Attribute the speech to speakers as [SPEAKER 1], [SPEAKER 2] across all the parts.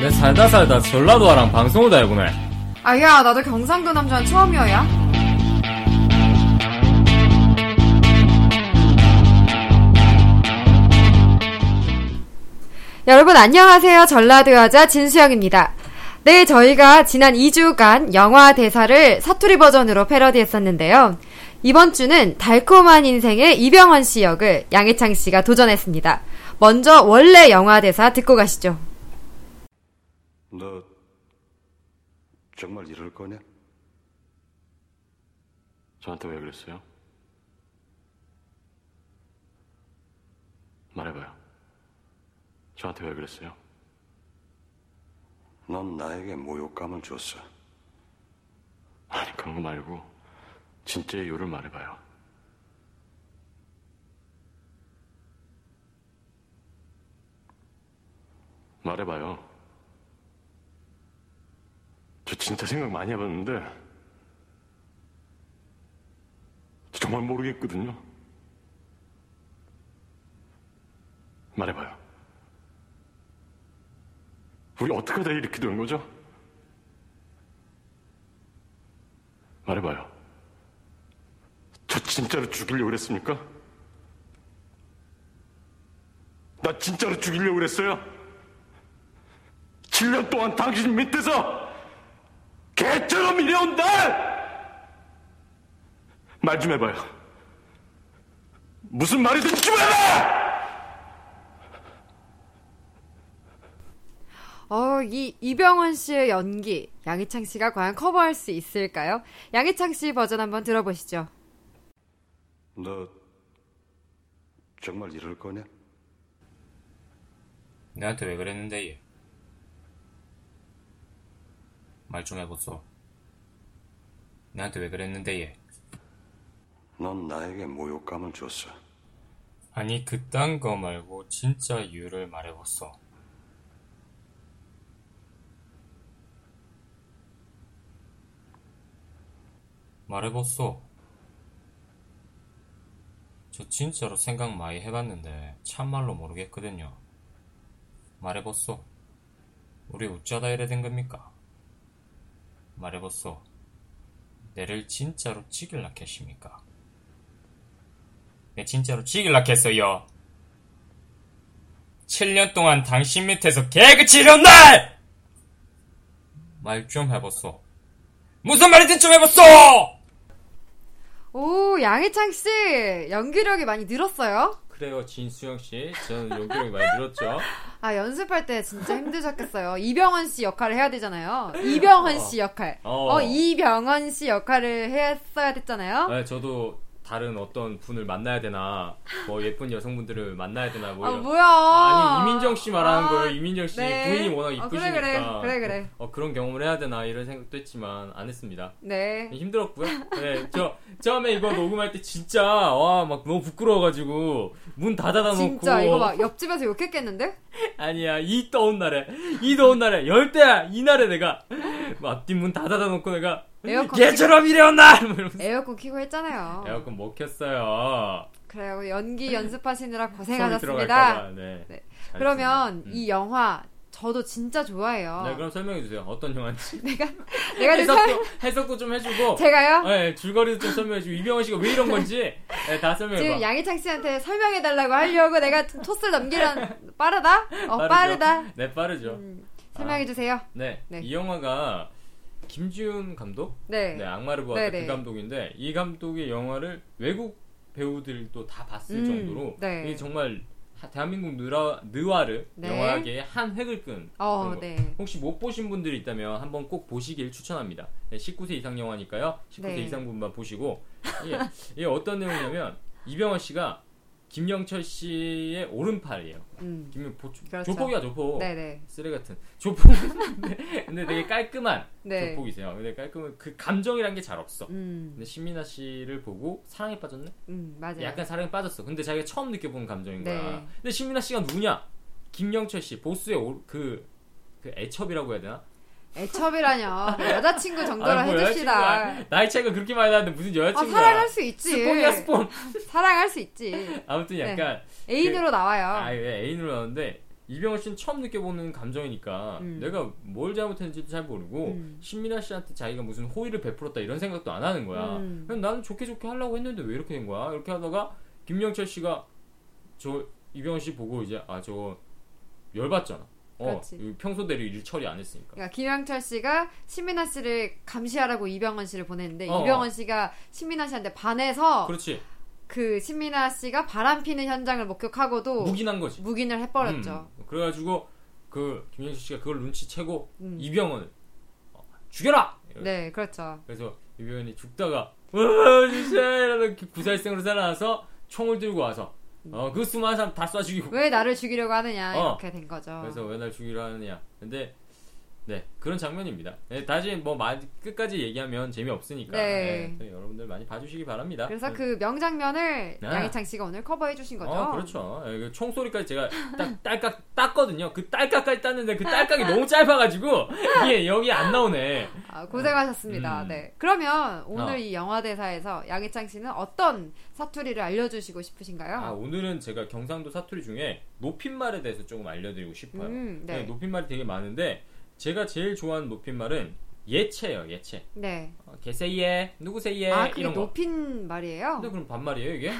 [SPEAKER 1] 내 살다 살다 전라도와랑 방송을 다 해보네.
[SPEAKER 2] 아야, 나도 경상도 남자는 처음이어야. 여러분 안녕하세요. 전라도 여자 진수영입니다. 네, 저희가 지난 2주간 영화 대사를 사투리 버전으로 패러디했었는데요. 이번 주는 달콤한 인생의 이병헌 씨 역을 양해창 씨가 도전했습니다. 먼저 원래 영화 대사 듣고 가시죠.
[SPEAKER 3] 너 정말 이럴 거냐?
[SPEAKER 4] 저한테 왜 그랬어요? 말해봐요. 저한테 왜 그랬어요?
[SPEAKER 3] 넌 나에게 모욕감을 줬어.
[SPEAKER 4] 아니 그런 거 말고 진짜 이유를 말해봐요. 말해봐요. 저 진짜 생각 많이 해봤는데 저 정말 모르겠거든요. 말해봐요. 우리 어떻게 하다 이렇게 된 거죠? 말해봐요. 저 진짜로 죽이려고 그랬습니까? 나 진짜로 죽이려고 그랬어요? 7년 동안 당신 밑에서 개처럼 일해온 날! 말 좀 해봐요. 무슨 말이든 좀 해봐!
[SPEAKER 2] 어, 이 이병헌 씨의 연기 양희창 씨가 과연 커버할 수 있을까요? 양희창 씨 버전 한번 들어보시죠.
[SPEAKER 3] 너 정말 이럴 거냐?
[SPEAKER 1] 내한테 왜 그랬는데 얘. 말 좀 해보소. 내한테 왜 그랬는데 얘.
[SPEAKER 3] 넌 나에게 모욕감을 줬어.
[SPEAKER 1] 아니 그딴 거 말고 진짜 이유를 말해보소. 말해보소. 저 진짜로 생각 많이 해봤는데 참말로 모르겠거든요. 말해보소. 우리 웃자다 이래 된 겁니까? 말해보소. 내를 진짜로 죽일라 캐십니까? 내 네, 진짜로 죽일라 캐어요 7년 동안 당신 밑에서 개그치려온 날! 말 좀 해보소. 무슨 말이든 좀 해보소!
[SPEAKER 2] 오, 양희창 씨 연기력이 많이 늘었어요.
[SPEAKER 1] 그래요, 진수영 씨. 저는 연기력이 많이 늘었죠.
[SPEAKER 2] 아, 연습할 때 진짜 힘드셨겠어요. 이병헌 씨 역할을 해야 되잖아요. 이병헌 씨 역할.
[SPEAKER 1] 어.
[SPEAKER 2] 어, 이병헌 씨 역할을 했어야 됐잖아요.
[SPEAKER 1] 네, 저도 다른 어떤 분을 만나야 되나, 뭐 예쁜 여성분들을 만나야 되나, 뭐
[SPEAKER 2] 아,
[SPEAKER 1] 이런.
[SPEAKER 2] 뭐야.
[SPEAKER 1] 아니 이민정 씨 말하는
[SPEAKER 2] 아,
[SPEAKER 1] 거예요. 이민정 씨
[SPEAKER 2] 네.
[SPEAKER 1] 부인이 워낙
[SPEAKER 2] 어,
[SPEAKER 1] 이쁘시니까.
[SPEAKER 2] 그래, 그래. 그래, 그래.
[SPEAKER 1] 어, 그런 경험을 해야 되나 이런 생각도 했지만 안 했습니다.
[SPEAKER 2] 네.
[SPEAKER 1] 예, 힘들었고요. 네, 저 처음에 이거 녹음할 때 진짜 와 막 너무 부끄러워가지고 문 닫아다 뭐 놓고
[SPEAKER 2] 진짜 이거 막 옆집에서 욕했겠는데?
[SPEAKER 1] 아니야 이 더운 날에 이 더운 날에 열대야 이 날에 내가 뭐 앞뒷 문 닫아다 놓고 내가
[SPEAKER 2] 에어컨
[SPEAKER 1] 얘처럼 뭐 이래온나 이러면서
[SPEAKER 2] 에어컨 키고 했잖아요.
[SPEAKER 1] 에어컨 못 켰어요.
[SPEAKER 2] 그래요. 연기 연습하시느라
[SPEAKER 1] 소리
[SPEAKER 2] 고생하셨습니다.
[SPEAKER 1] 들어갈까봐. 네.
[SPEAKER 2] 네.
[SPEAKER 1] 알겠습니다.
[SPEAKER 2] 그러면
[SPEAKER 1] 음.
[SPEAKER 2] 이 영화 저도 진짜 좋아해요.
[SPEAKER 1] 네 그럼 설명해 주세요. 어떤 영화인지.
[SPEAKER 2] 내가 지금 설...
[SPEAKER 1] 해석도 해석도 좀 해주고.
[SPEAKER 2] 제가요?
[SPEAKER 1] 네, 줄거리도 좀 설명해주고 이병헌 씨가 왜 이런 건지 네, 다 설명해봐.
[SPEAKER 2] 지금 양희창 씨한테 설명해달라고 하려고 내가 토스를 넘기란 빠르다? 어
[SPEAKER 1] 빠르죠?
[SPEAKER 2] 빠르다.
[SPEAKER 1] 네, 빠르죠.
[SPEAKER 2] 음, 설명해주세요.
[SPEAKER 1] 네,
[SPEAKER 2] 네.
[SPEAKER 1] 이 영화가 김지훈 감독,
[SPEAKER 2] 네.
[SPEAKER 1] 네, 악마를 보았다
[SPEAKER 2] 네, 네.
[SPEAKER 1] 그 감독인데 이 감독의 영화를 외국 배우들도 다 봤을
[SPEAKER 2] 음,
[SPEAKER 1] 정도로
[SPEAKER 2] 네.
[SPEAKER 1] 이게 정말 하- 대한민국 느라, 느와르
[SPEAKER 2] 네.
[SPEAKER 1] 영화계의 한 획을 끈
[SPEAKER 2] 어,
[SPEAKER 1] 그런 거.
[SPEAKER 2] 네.
[SPEAKER 1] 혹시 못 보신 분들이 있다면 한번 꼭 보시길 추천합니다. 네, 19세 이상 영화니까요. 19세
[SPEAKER 2] 네.
[SPEAKER 1] 이상 분만 보시고 이게, 이게 어떤 내용이냐면 이병헌 씨가 김영철 씨의 오른팔이에요.
[SPEAKER 2] 음.
[SPEAKER 1] 김 보, 조-
[SPEAKER 2] 그렇죠.
[SPEAKER 1] 조폭이야 조폭.
[SPEAKER 2] 네네.
[SPEAKER 1] 쓰레 같은 조폭. 네. 근데, 근데 되게 깔끔한
[SPEAKER 2] 네.
[SPEAKER 1] 조폭이세요. 근데 깔끔한 그 감정이란 게 잘 없어.
[SPEAKER 2] 음,
[SPEAKER 1] 근데 신민아 씨를 보고 사랑에 빠졌네?
[SPEAKER 2] 음, 맞아요.
[SPEAKER 1] 약간 사랑에 빠졌어. 근데 자기가 처음 느껴보는 감정인 거야.
[SPEAKER 2] 네.
[SPEAKER 1] 근데 신민아 씨가 누구냐? 김영철 씨 보스의 오- 그, 그 애첩이라고 해야 되나?
[SPEAKER 2] 애첩이라뇨. 여자친구 정도로
[SPEAKER 1] 아니, 뭐
[SPEAKER 2] 해줍시다.
[SPEAKER 1] 여자친구야. 나이 차이가 그렇게 많이 나는데 무슨
[SPEAKER 2] 아,
[SPEAKER 1] 여자친구야?
[SPEAKER 2] 사랑할 수 있지.
[SPEAKER 1] 스폰이야 스폰.
[SPEAKER 2] 사랑할 수 있지.
[SPEAKER 1] 아무튼
[SPEAKER 2] 네.
[SPEAKER 1] 약간
[SPEAKER 2] 애인으로 나와요.
[SPEAKER 1] 아, 예, 아, 애인으로 나오는데 이병헌 씨는 처음 느껴보는 감정이니까
[SPEAKER 2] 음.
[SPEAKER 1] 내가 뭘 잘못했는지도 잘 모르고
[SPEAKER 2] 음.
[SPEAKER 1] 신민아 씨한테 자기가 무슨 호의를 베풀었다 이런 생각도 안 하는 거야.
[SPEAKER 2] 음.
[SPEAKER 1] 그냥 나는 좋게 좋게 하려고 했는데 왜 이렇게 된 거야? 이렇게 하다가 김영철 씨가 저 이병헌 씨 보고 이제 아 저거 열받잖아. 어,
[SPEAKER 2] 그렇지.
[SPEAKER 1] 이거 평소대로 일 처리 안 했으니까.
[SPEAKER 2] 그러니까 김영철 씨가 신민아 씨를 감시하라고 이병헌 씨를 보냈는데
[SPEAKER 1] 어.
[SPEAKER 2] 이병헌 씨가 신민아 씨한테 반해서 그,
[SPEAKER 1] 그렇지.
[SPEAKER 2] 신민아 씨가 바람 피는 현장을 목격하고도
[SPEAKER 1] 무기난 거지.
[SPEAKER 2] 을 어. 해버렸죠.
[SPEAKER 1] 음, 그래가지고 그 김영철 씨가 그걸 눈치채고
[SPEAKER 2] 음.
[SPEAKER 1] 이병헌을 어, 죽여라. 이렇게.
[SPEAKER 2] 네, 그렇죠.
[SPEAKER 1] 그래서 이병헌이 죽다가 으아 주세 이러는 구사일생으로 살아나서 총을 들고 와서
[SPEAKER 2] 음.
[SPEAKER 1] 어그 수많은 사람 다 쏴 죽이고
[SPEAKER 2] 왜 나를 죽이려고 하느냐
[SPEAKER 1] 어.
[SPEAKER 2] 이렇게 된 거죠.
[SPEAKER 1] 그래서 왜 날 죽이려 하느냐. 근데 네 그런 장면입니다. 네, 다시 뭐 마- 끝까지 얘기하면 재미 없으니까
[SPEAKER 2] 네.
[SPEAKER 1] 여러분들 많이 봐주시기 바랍니다.
[SPEAKER 2] 그래서 그 명장면을
[SPEAKER 1] 네.
[SPEAKER 2] 양희창 씨가 오늘 커버해 주신 거죠.
[SPEAKER 1] 어, 그렇죠. 예, 그 총소리까지 제가 딱 딸깍 땄거든요. 그 딸깍까지 땄는데 그 딸깍이 너무 짧아가지고 이게 여기 안 나오네.
[SPEAKER 2] 아, 고생하셨습니다.
[SPEAKER 1] 음.
[SPEAKER 2] 네. 그러면 오늘
[SPEAKER 1] 어.
[SPEAKER 2] 이 영화 대사에서 양희창 씨는 어떤 사투리를 알려주시고 싶으신가요?
[SPEAKER 1] 아 오늘은 제가 경상도 사투리 중에 높임말에 대해서 조금 알려드리고 싶어요.
[SPEAKER 2] 음,
[SPEAKER 1] 네,
[SPEAKER 2] 네.
[SPEAKER 1] 높임말이 되게 많은데 제가 제일 좋아하는 높임말은 예체예요. 예체.
[SPEAKER 2] 네.
[SPEAKER 1] 어, 개세예, 누구세예
[SPEAKER 2] 아, 그게
[SPEAKER 1] 이런 거.
[SPEAKER 2] 높인 말이에요?
[SPEAKER 1] 근데 그럼 반말이에요 이게?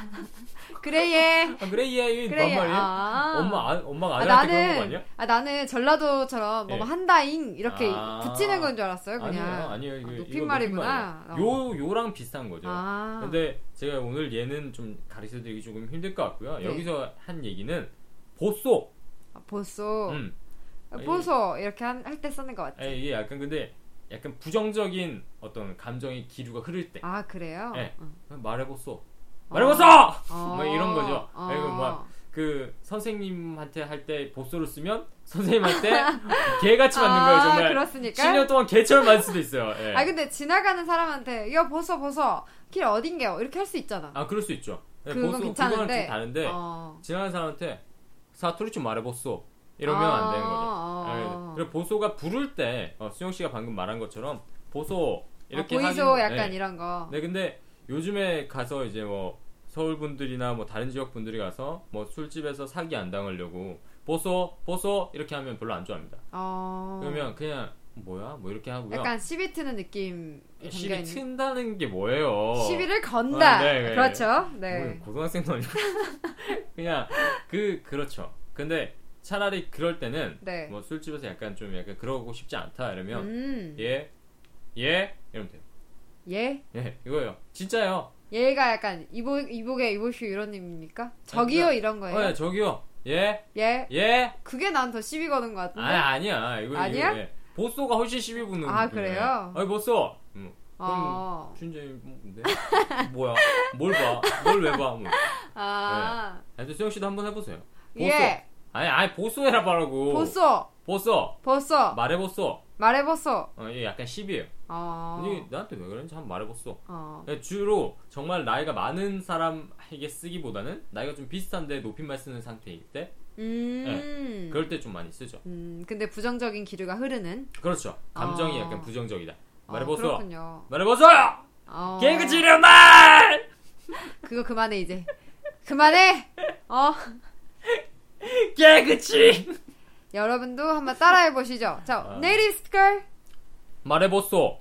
[SPEAKER 2] 그래, 예.
[SPEAKER 1] 아, 그래 예, 이
[SPEAKER 2] 그래, 예.
[SPEAKER 1] 반말이에요?
[SPEAKER 2] 아.
[SPEAKER 1] 엄마 아, 엄마가
[SPEAKER 2] 아,
[SPEAKER 1] 아들한테 그런 거 아니야?
[SPEAKER 2] 나는, 아, 나는 전라도처럼 뭐
[SPEAKER 1] 예.
[SPEAKER 2] 한다잉, 이렇게
[SPEAKER 1] 아.
[SPEAKER 2] 붙이는 건 줄 알았어요, 그냥.
[SPEAKER 1] 아니에요, 아니에요. 이거,
[SPEAKER 2] 아,
[SPEAKER 1] 이거
[SPEAKER 2] 높임말이구나.
[SPEAKER 1] 높임말이에요. 요 요랑 비슷한 거죠.
[SPEAKER 2] 아.
[SPEAKER 1] 근데 제가 오늘 얘는 좀 가르쳐드리기 조금 힘들 것 같고요.
[SPEAKER 2] 네.
[SPEAKER 1] 여기서 한 얘기는 보소.
[SPEAKER 2] 아, 보소.
[SPEAKER 1] 음.
[SPEAKER 2] 아, 보소. 이렇게 할 때 쓰는 거 맞지?
[SPEAKER 1] 아, 이게 약간 근데 약간 부정적인 어떤 감정의 기류가 흐를 때
[SPEAKER 2] 아, 그래요?
[SPEAKER 1] 예.
[SPEAKER 2] 응.
[SPEAKER 1] 말해보소.
[SPEAKER 2] 어.
[SPEAKER 1] 말해보소.
[SPEAKER 2] 어.
[SPEAKER 1] 뭐 이런 거죠.
[SPEAKER 2] 어.
[SPEAKER 1] 그리고 그 선생님한테 할 때 보소를 쓰면 선생님한테 개같이 맞는 거예요
[SPEAKER 2] 아,
[SPEAKER 1] 정말.
[SPEAKER 2] 그렇습니까?
[SPEAKER 1] 10년 동안 개처럼 맞을 수도 있어요. 예.
[SPEAKER 2] 아 근데 지나가는 사람한테 야 보소 보소 길 어딘게요 이렇게 할 수 있잖아.
[SPEAKER 1] 아, 그럴 수 있죠. 예,
[SPEAKER 2] 그건
[SPEAKER 1] 보소,
[SPEAKER 2] 괜찮은데.
[SPEAKER 1] 그거는 좀 다른데
[SPEAKER 2] 어.
[SPEAKER 1] 지나가는 사람한테 사투리 좀 말해보소 이러면 안
[SPEAKER 2] 어,
[SPEAKER 1] 되는 거죠.
[SPEAKER 2] 아,
[SPEAKER 1] 예, 그리고 보소가 부를 때 어, 수영 씨가 방금 말한 것처럼 보소 이렇게
[SPEAKER 2] 아, 보이소
[SPEAKER 1] 하는-
[SPEAKER 2] 약간
[SPEAKER 1] 예.
[SPEAKER 2] 이런 거.
[SPEAKER 1] 네 근데 요즘에 가서 이제 뭐 서울 분들이나 뭐 다른 지역 분들이 가서 뭐 술집에서 사기 안 당하려고 보소 보소 이렇게 하면 별로 안 좋아합니다.
[SPEAKER 2] 어.
[SPEAKER 1] 그러면 그냥 뭐야 뭐 이렇게 하고요. 예,
[SPEAKER 2] 약간 시비 트는 느낌.
[SPEAKER 1] 시비 튼다는 게 뭐예요?
[SPEAKER 2] 를 건다.
[SPEAKER 1] 어, 네, 네.
[SPEAKER 2] 그렇죠. 네.
[SPEAKER 1] 뭐, 고등학생도 아니고 그냥 그 그렇죠. 근데 차라리 그럴 때는
[SPEAKER 2] 네.
[SPEAKER 1] 뭐 술집에서 약간 좀 약간 그러고 싶지 않다 이러면
[SPEAKER 2] 음.
[SPEAKER 1] 예 예 이러면 돼요.
[SPEAKER 2] 예.
[SPEAKER 1] 예 이거예요. 진짜요.
[SPEAKER 2] 얘가 약간 이복 이복에 이보슈 이런 의미입니까? 저기요
[SPEAKER 1] 그러니까-
[SPEAKER 2] 이런 거예요.
[SPEAKER 1] 어, 예, 저기요. 예
[SPEAKER 2] 예.
[SPEAKER 1] 예.
[SPEAKER 2] 그게 난 더 시비 거는 것 같은데.
[SPEAKER 1] 아 아니야. 이거
[SPEAKER 2] 아니야?
[SPEAKER 1] 이거, 예. 보소가 훨씬 시비 부는.
[SPEAKER 2] 아,
[SPEAKER 1] 분이네.
[SPEAKER 2] 그래요?
[SPEAKER 1] 아니 보소. 음.
[SPEAKER 2] 어.
[SPEAKER 1] 준재 뭔데? 뭐야? 뭘 봐? 뭘 왜 봐? 뭐.
[SPEAKER 2] 아.
[SPEAKER 1] 아니, 수영 씨도 한번 해보세요. 보소.
[SPEAKER 2] 예.
[SPEAKER 1] 아니 아니 네. 보소 해라 말라고.
[SPEAKER 2] 보소.
[SPEAKER 1] 보소.
[SPEAKER 2] 보소.
[SPEAKER 1] 말해 보소.
[SPEAKER 2] 말해보소.
[SPEAKER 1] 어, 이게 약간 시비예요.
[SPEAKER 2] 어.
[SPEAKER 1] 근데 나한테 왜 그런지 한번 말해봤어. 그러니까
[SPEAKER 2] 어.
[SPEAKER 1] 주로 정말 나이가 많은 사람에게 쓰기보다는 나이가 좀 비슷한데 높임말 쓰는 상태일 때
[SPEAKER 2] 음.
[SPEAKER 1] 예. 그럴 때 좀 많이 쓰죠.
[SPEAKER 2] 음, 근데 부정적인 기류가 흐르는.
[SPEAKER 1] 그렇죠. 감정이
[SPEAKER 2] 어.
[SPEAKER 1] 약간 부정적이다.
[SPEAKER 2] 어,
[SPEAKER 1] 말해보소.
[SPEAKER 2] 그렇군요.
[SPEAKER 1] 말해보소.
[SPEAKER 2] 어.
[SPEAKER 1] 개그 지려 말.
[SPEAKER 2] 그거 그만해 이제. 그만해. 어. 예,
[SPEAKER 1] 개그치.
[SPEAKER 2] 여러분도 한번 따라해 보시죠. 자,
[SPEAKER 1] 어.
[SPEAKER 2] 네이티브 걸
[SPEAKER 1] 말해보소.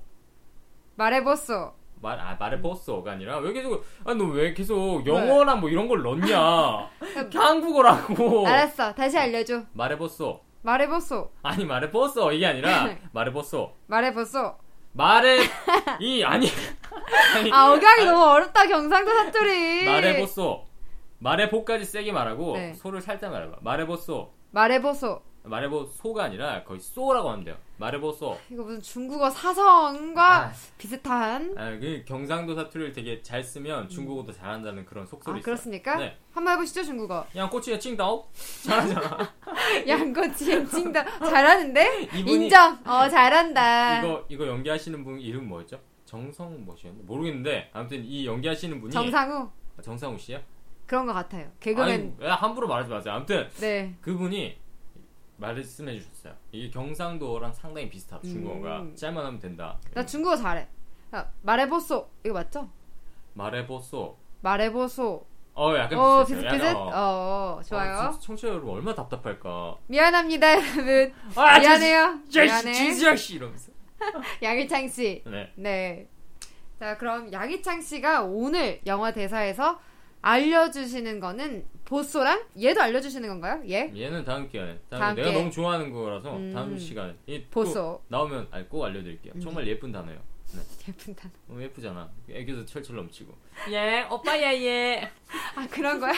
[SPEAKER 2] 말해보소.
[SPEAKER 1] 말, 아, 말해보소가 아니라, 왜 계속, 아, 너 왜
[SPEAKER 2] 네.
[SPEAKER 1] 계속 영어랑 뭐 이런 걸 넣냐. 한국어라고.
[SPEAKER 2] 알았어. 다시 알려줘.
[SPEAKER 1] 말해보소.
[SPEAKER 2] 말해보소.
[SPEAKER 1] 아니, 말해보소. 이게 아니라, 말해보소.
[SPEAKER 2] 말해보소.
[SPEAKER 1] 말해, 이, 아니. 아니,
[SPEAKER 2] 아, 억양이 너무 어렵다. 경상도 사투리.
[SPEAKER 1] 말해보소. 말해보까지 세게 말하고
[SPEAKER 2] 네.
[SPEAKER 1] 소를 살짝 말해봐. 말해보소.
[SPEAKER 2] 말해보소.
[SPEAKER 1] 말해보소가 아니라 거의 소라고 하면 돼요. 말해보소.
[SPEAKER 2] 이거 무슨 중국어 사성과
[SPEAKER 1] 아.
[SPEAKER 2] 비슷한.
[SPEAKER 1] 아, 그 경상도 사투리를 되게 잘 쓰면 중국어도 잘한다는 그런 속설이
[SPEAKER 2] 아,
[SPEAKER 1] 있어요.
[SPEAKER 2] 그렇습니까?
[SPEAKER 1] 네.
[SPEAKER 2] 한번 해보시죠, 중국어.
[SPEAKER 1] 그냥 꼬치야 칭다오? 잘하잖아.
[SPEAKER 2] 양꼬치 찡다 잘하는데
[SPEAKER 1] 이분이-
[SPEAKER 2] 인정 어 잘한다
[SPEAKER 1] 이거 이거 연기하시는 분 이름 뭐였죠? 정성 뭐시였나? 모르겠는데 아무튼 이 연기하시는 분이
[SPEAKER 2] 정상우
[SPEAKER 1] 아, 정상우 씨요?
[SPEAKER 2] 그런 것 같아요
[SPEAKER 1] 아니,
[SPEAKER 2] 개그맨
[SPEAKER 1] 왜 함부로 말하지 마세요. 아무튼
[SPEAKER 2] 네
[SPEAKER 1] 그분이 말씀해 주셨어요. 이게 경상도랑 상당히 비슷하다. 중국어가
[SPEAKER 2] 음.
[SPEAKER 1] 짤만 하면 된다.
[SPEAKER 2] 나 중국어 잘해 아, 말해보소 이거 맞죠
[SPEAKER 1] 말해보소.
[SPEAKER 2] 말해보소
[SPEAKER 1] 어 약간
[SPEAKER 2] 어,
[SPEAKER 1] 비슷했어요.
[SPEAKER 2] 비슷비슷?
[SPEAKER 1] 약간,
[SPEAKER 2] 어,
[SPEAKER 1] 아,
[SPEAKER 2] 좋아요.
[SPEAKER 1] 진짜 청취자 여러분 얼마나 답답할까.
[SPEAKER 2] 미안합니다, 여러분.
[SPEAKER 1] 아,
[SPEAKER 2] 미안해요. 미안해.
[SPEAKER 1] 진수야 씨 이러면서.
[SPEAKER 2] 양희창 씨.
[SPEAKER 1] 네.
[SPEAKER 2] 네. 자, 그럼 양희창 씨가 오늘 영화 대사에서 알려주시는 거는 보쏘랑 얘도 알려주시는 건가요? 예?
[SPEAKER 1] 얘는 다음 기간에. 다음
[SPEAKER 2] 다음
[SPEAKER 1] 내가
[SPEAKER 2] 기회.
[SPEAKER 1] 너무 좋아하는 거라서
[SPEAKER 2] 음.
[SPEAKER 1] 다음 시간에. 이
[SPEAKER 2] 보소. 음.
[SPEAKER 1] 꼭 나오면 아니, 꼭 알려드릴게요. 정말 예쁜 단어예요. 네.
[SPEAKER 2] 예쁜 단어.
[SPEAKER 1] 너무 예쁘잖아. 애교도 철철 넘치고. 예, 오빠야 예.
[SPEAKER 2] 아, 그런 거야?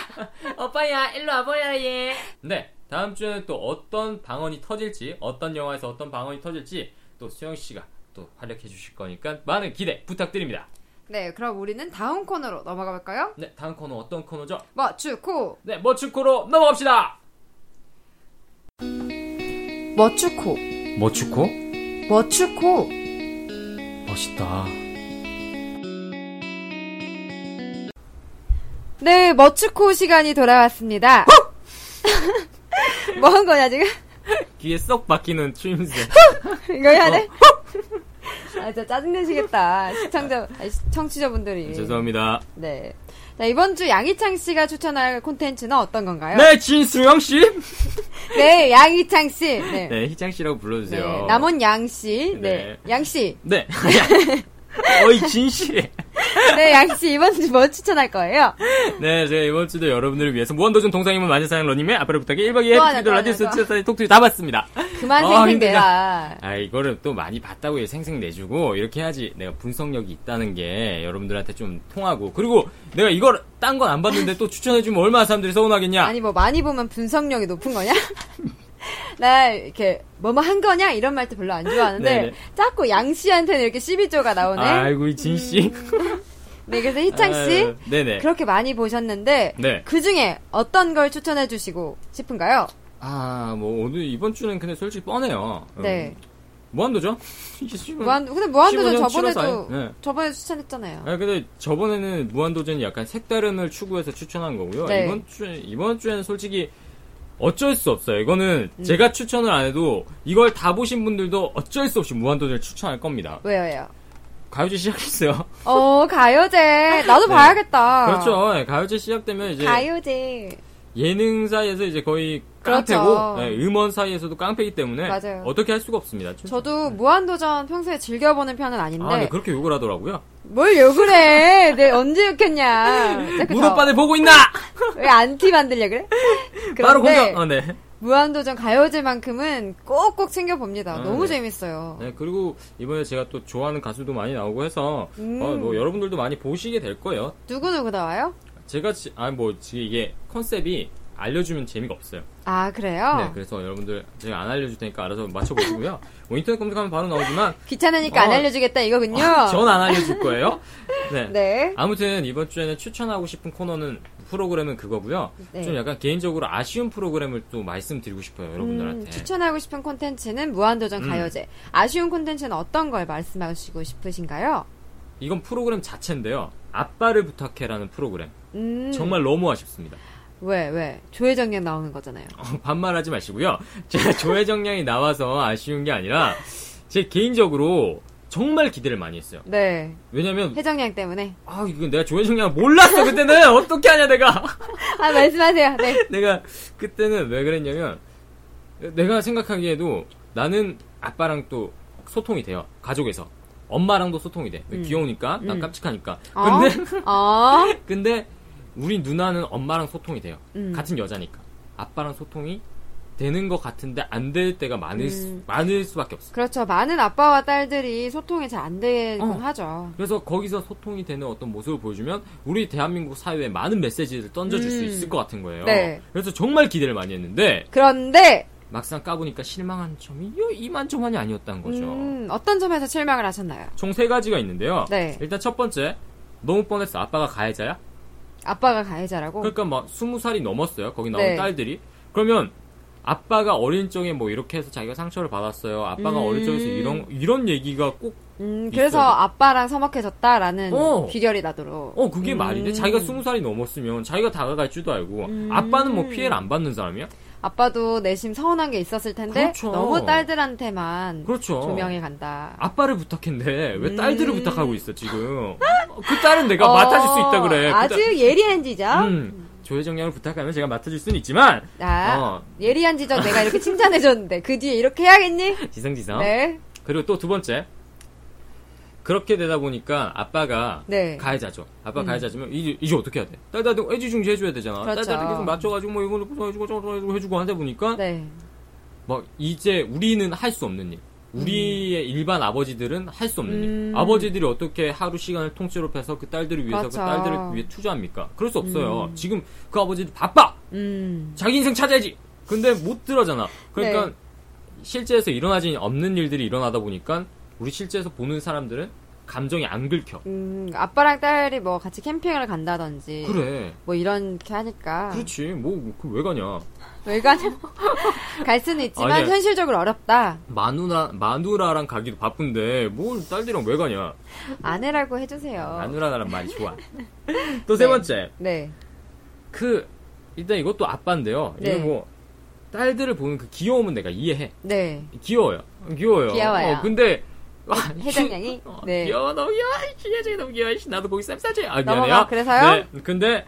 [SPEAKER 1] 오빠야 일로 와봐야 예. 네. 다음 주에는 또 어떤 방언이 터질지, 어떤 영화에서 어떤 방언이 터질지 또 수영 씨가 또 활약해 주실 거니까 많은 기대 부탁드립니다.
[SPEAKER 2] 네, 그럼 우리는 다음 코너로 넘어가 볼까요?
[SPEAKER 1] 네, 다음 코너 어떤 코너죠?
[SPEAKER 2] 머추코.
[SPEAKER 1] 네, 머추코로 넘어갑시다.
[SPEAKER 2] 머추코.
[SPEAKER 1] 머추코?
[SPEAKER 2] 머추코.
[SPEAKER 1] 멋있다.
[SPEAKER 2] 네, 머추코 시간이 돌아왔습니다. 뭐 한 거냐, 지금?
[SPEAKER 1] 귀에 쏙 박히는 추임새.
[SPEAKER 2] 이거 해야 돼?
[SPEAKER 1] 어.
[SPEAKER 2] 아, 진짜 짜증내시겠다. 시청자, 아니, 시- 청취자분들이.
[SPEAKER 1] 죄송합니다.
[SPEAKER 2] 네. 자, 이번 주 양희창 씨가 추천할 콘텐츠는 어떤 건가요?
[SPEAKER 1] 네, 진수영 씨.
[SPEAKER 2] 네, 양희창 씨. 네.
[SPEAKER 1] 네, 희창 씨라고 불러주세요.
[SPEAKER 2] 네, 남원 양 씨. 네.
[SPEAKER 1] 네.
[SPEAKER 2] 양 씨.
[SPEAKER 1] 네. 어이 진 씨.
[SPEAKER 2] 네, 양 씨. 이번 주 뭐 추천할 거예요?
[SPEAKER 1] 네, 제가 이번 주도 여러분들을 위해서 무한도전 동상이면 만세상 러닝맨 앞으로 부탁해 1박 2일
[SPEAKER 2] 또 하자,
[SPEAKER 1] 트위터
[SPEAKER 2] 또
[SPEAKER 1] 라디오
[SPEAKER 2] 하자, 또
[SPEAKER 1] 스치사이 톡투이 다 봤습니다.
[SPEAKER 2] 그만
[SPEAKER 1] 아,
[SPEAKER 2] 생생대라.
[SPEAKER 1] 아, 이거를 또 많이 봤다고 해서 생생내주고 이렇게 해야지 내가 분석력이 있다는 게 여러분들한테 좀 통하고 그리고 내가 이걸 딴 건 안 봤는데 또 추천해주면 얼마나 사람들이 서운하겠냐.
[SPEAKER 2] 아니, 뭐 많이 보면 분석력이 높은 거냐? 나 이렇게 뭐뭐 한 거냐 이런 말도 별로 안 좋아하는데
[SPEAKER 1] 네네.
[SPEAKER 2] 자꾸 양 씨한테는 이렇게 12조가 나오네.
[SPEAKER 1] 아이고, 이 진 씨.
[SPEAKER 2] 네, 그래서 희창 씨
[SPEAKER 1] 아유, 네네.
[SPEAKER 2] 그렇게 많이 보셨는데
[SPEAKER 1] 네.
[SPEAKER 2] 그 중에 어떤 걸 추천해 주시고 싶은가요?
[SPEAKER 1] 아, 뭐 오늘 이번 주는 근데 솔직히 뻔해요. 음,
[SPEAKER 2] 네.
[SPEAKER 1] 무한도전? 이게 지금-
[SPEAKER 2] 무한 근데 무한도전
[SPEAKER 1] 15년
[SPEAKER 2] 저번에도
[SPEAKER 1] 7월 사이. 네.
[SPEAKER 2] 저번에 추천했잖아요.
[SPEAKER 1] 아 근데 저번에는 무한도전이 약간 색다른을 추구해서 추천한 거고요.
[SPEAKER 2] 네.
[SPEAKER 1] 이번 주 이번 주에는 솔직히 어쩔 수 없어요. 이거는
[SPEAKER 2] 음.
[SPEAKER 1] 제가 추천을 안 해도 이걸 다 보신 분들도 어쩔 수 없이 무한도전을 추천할 겁니다.
[SPEAKER 2] 왜요, 왜요?
[SPEAKER 1] 가요제 시작했어요.
[SPEAKER 2] 어 가요제 나도
[SPEAKER 1] 네.
[SPEAKER 2] 봐야겠다.
[SPEAKER 1] 그렇죠. 예, 가요제 시작되면 이제
[SPEAKER 2] 아. 가요제.
[SPEAKER 1] 예능 사이에서 이제 거의
[SPEAKER 2] 그렇죠.
[SPEAKER 1] 깡패고 예, 음원 사이에서도 깡패이기 때문에
[SPEAKER 2] 맞아요.
[SPEAKER 1] 어떻게 할 수가 없습니다.
[SPEAKER 2] 저도 무한도전 평소에 즐겨보는 편은 아닌데
[SPEAKER 1] 네. 아, 네, 그렇게 욕을 하더라고요.
[SPEAKER 2] 뭘 욕을 해? 내 언제 욕했냐?
[SPEAKER 1] 무릎바늘 보고 있나?
[SPEAKER 2] 왜안 티 만들려 그래?
[SPEAKER 1] 바로
[SPEAKER 2] 그런데
[SPEAKER 1] 공격. 아, 네.
[SPEAKER 2] 무한도전 가요제만큼은 꼭꼭 챙겨 봅니다.
[SPEAKER 1] 아,
[SPEAKER 2] 너무
[SPEAKER 1] 네.
[SPEAKER 2] 재밌어요.
[SPEAKER 1] 네, 그리고 이번에 제가 또 좋아하는 가수도 많이 나오고 해서
[SPEAKER 2] 음.
[SPEAKER 1] 어, 뭐 여러분들도 많이 보시게 될 거예요.
[SPEAKER 2] 누구 누구 나와요?
[SPEAKER 1] 제가 지, 아, 뭐 지금 이게 컨셉이 알려주면 재미가 없어요.
[SPEAKER 2] 아 그래요?
[SPEAKER 1] 네, 그래서 여러분들 제가 안 알려줄 테니까 알아서 맞춰보시고요. 뭐 인터넷 검색하면 바로 나오지만
[SPEAKER 2] 귀찮으니까 안
[SPEAKER 1] 어. 아,
[SPEAKER 2] 알려주겠다 이거군요.
[SPEAKER 1] 전 안 알려줄 거예요. 네.
[SPEAKER 2] 아. 네.
[SPEAKER 1] 아무튼 이번 주에는 추천하고 싶은 코너는 프로그램은 그거고요.
[SPEAKER 2] 네.
[SPEAKER 1] 좀 약간 개인적으로 아쉬운 프로그램을 또 말씀드리고 싶어요 여러분들한테. 음.
[SPEAKER 2] 음, 추천하고 싶은 콘텐츠는 무한도전 가요제. 아쉬운 콘텐츠는 어떤 걸 말씀하시고 싶으신가요?
[SPEAKER 1] 이건 프로그램 자체인데요. 아빠를 부탁해라는 프로그램
[SPEAKER 2] 음,
[SPEAKER 1] 정말 너무 아쉽습니다.
[SPEAKER 2] 왜, 왜? 조혜정 양 나오는 거잖아요.
[SPEAKER 1] 어. 반말하지 마시고요. 제가 조혜정 양이 나와서 아쉬운 게 아니라 제 개인적으로 정말 기대를 많이 했어요.
[SPEAKER 2] 네.
[SPEAKER 1] 왜냐면
[SPEAKER 2] 혜정 양 때문에.
[SPEAKER 1] 아 이거 내가 조혜정 양 몰랐어 그때는 어떻게 하냐 내가
[SPEAKER 2] 아, 말씀하세요. 네.
[SPEAKER 1] 내가 그때는 왜 그랬냐면 내가 생각하기에도 나는 아빠랑 또 소통이 돼요 가족에서 엄마랑도 소통이 돼 귀여우니까 난
[SPEAKER 2] 음.
[SPEAKER 1] 깜찍하니까
[SPEAKER 2] 어?
[SPEAKER 1] 근데
[SPEAKER 2] 어?
[SPEAKER 1] 근데 우리 누나는 엄마랑 소통이 돼요.
[SPEAKER 2] 음.
[SPEAKER 1] 같은 여자니까 아빠랑 소통이 되는 것 같은데 안 될 때가 많을 수,
[SPEAKER 2] 음.
[SPEAKER 1] 많을 수밖에 없어.
[SPEAKER 2] 그렇죠. 많은 아빠와 딸들이 소통이 잘 안 되곤
[SPEAKER 1] 어.
[SPEAKER 2] 하죠.
[SPEAKER 1] 그래서 거기서 소통이 되는 어떤 모습을 보여주면 우리 대한민국 사회에 많은 메시지를 던져줄 수
[SPEAKER 2] 음.
[SPEAKER 1] 있을 것 같은 거예요.
[SPEAKER 2] 네.
[SPEAKER 1] 그래서 정말 기대를 많이 했는데
[SPEAKER 2] 그런데,
[SPEAKER 1] 막상 까보니까 실망한 점이 요 이만저만이 아니었다는 거죠.
[SPEAKER 2] 음, 어떤 점에서 실망을 하셨나요?
[SPEAKER 1] 총 세 가지가 있는데요.
[SPEAKER 2] 네.
[SPEAKER 1] 일단 첫 번째 너무 뻔했어. 아빠가 가해자야?
[SPEAKER 2] 아빠가 가해자라고?
[SPEAKER 1] 그러니까 막 스무 살이 넘었어요. 거기 나온
[SPEAKER 2] 네.
[SPEAKER 1] 딸들이. 그러면 아빠가 어린 적에 뭐 이렇게 해서 자기가 상처를 받았어요. 아빠가
[SPEAKER 2] 음.
[SPEAKER 1] 어릴 적에서 이런 이런 얘기가 꼭
[SPEAKER 2] 음, 그래서
[SPEAKER 1] 있어요.
[SPEAKER 2] 아빠랑 서먹해졌다라는
[SPEAKER 1] 어.
[SPEAKER 2] 귀결이 나도록.
[SPEAKER 1] 어, 그게
[SPEAKER 2] 음.
[SPEAKER 1] 말이 돼? 자기가 스무 살이 넘었으면 자기가 다가갈 줄도 알고
[SPEAKER 2] 음.
[SPEAKER 1] 아빠는 뭐 피해를 안 받는 사람이야?
[SPEAKER 2] 아빠도 내심 서운한 게 있었을 텐데
[SPEAKER 1] 그렇죠.
[SPEAKER 2] 너무 딸들한테만
[SPEAKER 1] 그렇죠.
[SPEAKER 2] 조명해 간다.
[SPEAKER 1] 아빠를 부탁했는데 왜 딸들을
[SPEAKER 2] 음.
[SPEAKER 1] 부탁하고 있어 지금? 그 딸은 내가 맡아줄 수 있다 그래. 그
[SPEAKER 2] 아주
[SPEAKER 1] 딸-
[SPEAKER 2] 예리한 지적.
[SPEAKER 1] 음, 조혜정 양을 부탁하면 제가 맡아줄 수는 있지만
[SPEAKER 2] 아,
[SPEAKER 1] 어.
[SPEAKER 2] 예리한 지적 내가 이렇게 칭찬해줬는데 그 뒤에 이렇게 해야겠니?
[SPEAKER 1] 지성지성.
[SPEAKER 2] 네.
[SPEAKER 1] 그리고 또 두 번째. 그렇게 되다 보니까 아빠가
[SPEAKER 2] 네.
[SPEAKER 1] 가해자죠. 아빠 가해자지면 이제, 이제 어떻게 해야 돼? 딸한테 애지중지 해줘야 되잖아.
[SPEAKER 2] 그렇죠.
[SPEAKER 1] 딸한테 계속 맞춰가지고 뭐 이거는 고소 해주고 저거 해주고 해주고 하다 보니까
[SPEAKER 2] 네.
[SPEAKER 1] 막 이제 우리는 할 수 없는 일. 우리의 일반 아버지들은 할 수 없는
[SPEAKER 2] 음.
[SPEAKER 1] 일. 아버지들이 어떻게 하루 시간을 통째로 패서 그 딸들을 위해서 그
[SPEAKER 2] 그렇죠.
[SPEAKER 1] 딸들을 위해 투자합니까? 그럴 수 없어요. 지금 그 아버지들 바빠.
[SPEAKER 2] 음.
[SPEAKER 1] 자기 인생 찾아야지. 근데 못 들어잖아. 그러니까
[SPEAKER 2] 네.
[SPEAKER 1] 실제에서 일어나지 없는 일들이 일어나다 보니까 우리 실제에서 보는 사람들은 감정이 안 긁혀.
[SPEAKER 2] 음, 아빠랑 딸이 뭐 같이 캠핑을 간다든지.
[SPEAKER 1] 그래.
[SPEAKER 2] 뭐 이렇게 하니까.
[SPEAKER 1] 그렇지. 뭐 그 왜 가냐.
[SPEAKER 2] 왜 가냐고. 갈 수는 있지만
[SPEAKER 1] 아니야.
[SPEAKER 2] 현실적으로 어렵다.
[SPEAKER 1] 마누라 마누라랑 가기도 바쁜데 뭘 딸들이랑 왜 가냐.
[SPEAKER 2] 어. 아내라고 해주세요.
[SPEAKER 1] 마누라라는 말이 좋아. 또 세
[SPEAKER 2] 네.
[SPEAKER 1] 번째.
[SPEAKER 2] 네.
[SPEAKER 1] 그 일단 이것도 아빠인데요.
[SPEAKER 2] 네.
[SPEAKER 1] 이거 뭐 딸들을 보는 그 귀여움은 내가 이해해.
[SPEAKER 2] 네.
[SPEAKER 1] 귀여워요. 귀여워요.
[SPEAKER 2] 귀여워요.
[SPEAKER 1] 어, 근데 와,
[SPEAKER 2] 해장량이?
[SPEAKER 1] 어,
[SPEAKER 2] 네.
[SPEAKER 1] 귀여워 너무 귀여워. 씨, 해장이 너무 귀여워. 씨, 나도 보기 쌉싸지. 아
[SPEAKER 2] 넘어가.
[SPEAKER 1] 미안해요.
[SPEAKER 2] 그래서요?
[SPEAKER 1] 네. 근데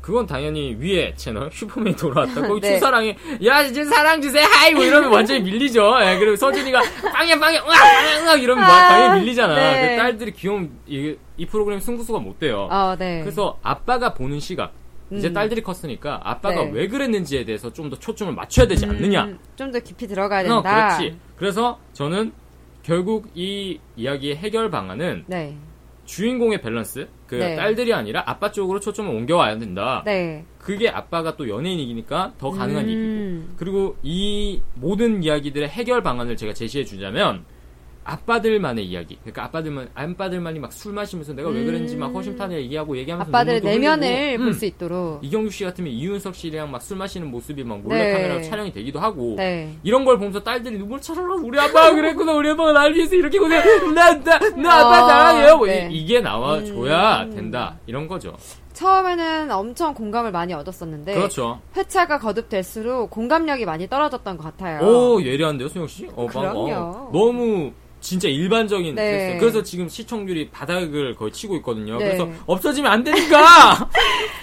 [SPEAKER 1] 그건 당연히 위에 채널 슈퍼맨이 돌아왔다. 거기
[SPEAKER 2] 네.
[SPEAKER 1] 추사랑이 야 이제 사랑 주세요. 하이 뭐 이러면 완전히 밀리죠. 예, 그리고 서진이가 빵야 빵야 으악 으악 이러면
[SPEAKER 2] 아,
[SPEAKER 1] 막 당연히 밀리잖아.
[SPEAKER 2] 네.
[SPEAKER 1] 그 딸들이 귀여움 이, 이 프로그램 승부수가 못 돼요.
[SPEAKER 2] 어, 네.
[SPEAKER 1] 그래서 아빠가 보는 시각 이제
[SPEAKER 2] 음.
[SPEAKER 1] 딸들이 컸으니까 아빠가
[SPEAKER 2] 네.
[SPEAKER 1] 왜 그랬는지에 대해서 좀 더 초점을 맞춰야 되지 않느냐
[SPEAKER 2] 음, 좀 더 깊이 들어가야 된다.
[SPEAKER 1] 어, 그렇지 그래서 저는 결국 이 이야기의 해결 방안은
[SPEAKER 2] 네.
[SPEAKER 1] 주인공의 밸런스 그
[SPEAKER 2] 네.
[SPEAKER 1] 딸들이 아니라 아빠 쪽으로 초점을 옮겨와야 된다
[SPEAKER 2] 네.
[SPEAKER 1] 그게 아빠가 또 연예인이니까 더 가능한
[SPEAKER 2] 음.
[SPEAKER 1] 얘기고 그리고 이 모든 이야기들의 해결 방안을 제가 제시해 주자면 아빠들만의 이야기. 그러니까 아빠들만 아빠들만이 막 술 마시면서 내가 왜 그랬는지 막 허심탄회 얘기하고 얘기하면서
[SPEAKER 2] 아빠들의
[SPEAKER 1] 눈물도 흘리고.
[SPEAKER 2] 내면을
[SPEAKER 1] 음.
[SPEAKER 2] 볼 수 있도록.
[SPEAKER 1] 이경규 씨 같으면 이윤석 씨랑 막 술 마시는 모습이 막 몰래
[SPEAKER 2] 네.
[SPEAKER 1] 카메라로 촬영이 되기도 하고
[SPEAKER 2] 네.
[SPEAKER 1] 이런 걸 보면서 딸들이 눈물 차라라 우리 아빠가 그랬구나 우리 아빠가 나를 위해서 이렇게 고생 나나나 아빠
[SPEAKER 2] 어,
[SPEAKER 1] 사랑해요 뭐
[SPEAKER 2] 네.
[SPEAKER 1] 이, 게 나와줘야
[SPEAKER 2] 음.
[SPEAKER 1] 된다 이런 거죠
[SPEAKER 2] 처음에는 엄청 공감을 많이 얻었었는데
[SPEAKER 1] 그렇죠
[SPEAKER 2] 회차가 거듭될수록 공감력이 많이 떨어졌던 것 같아요.
[SPEAKER 1] 오 예리한데요 소영 씨 어, 방-
[SPEAKER 2] 그럼요.
[SPEAKER 1] 어, 너무 진짜 일반적인
[SPEAKER 2] 네.
[SPEAKER 1] 테스트. 그래서 지금 시청률이 바닥을 거의 치고 있거든요
[SPEAKER 2] 네.
[SPEAKER 1] 그래서 없어지면 안 되니까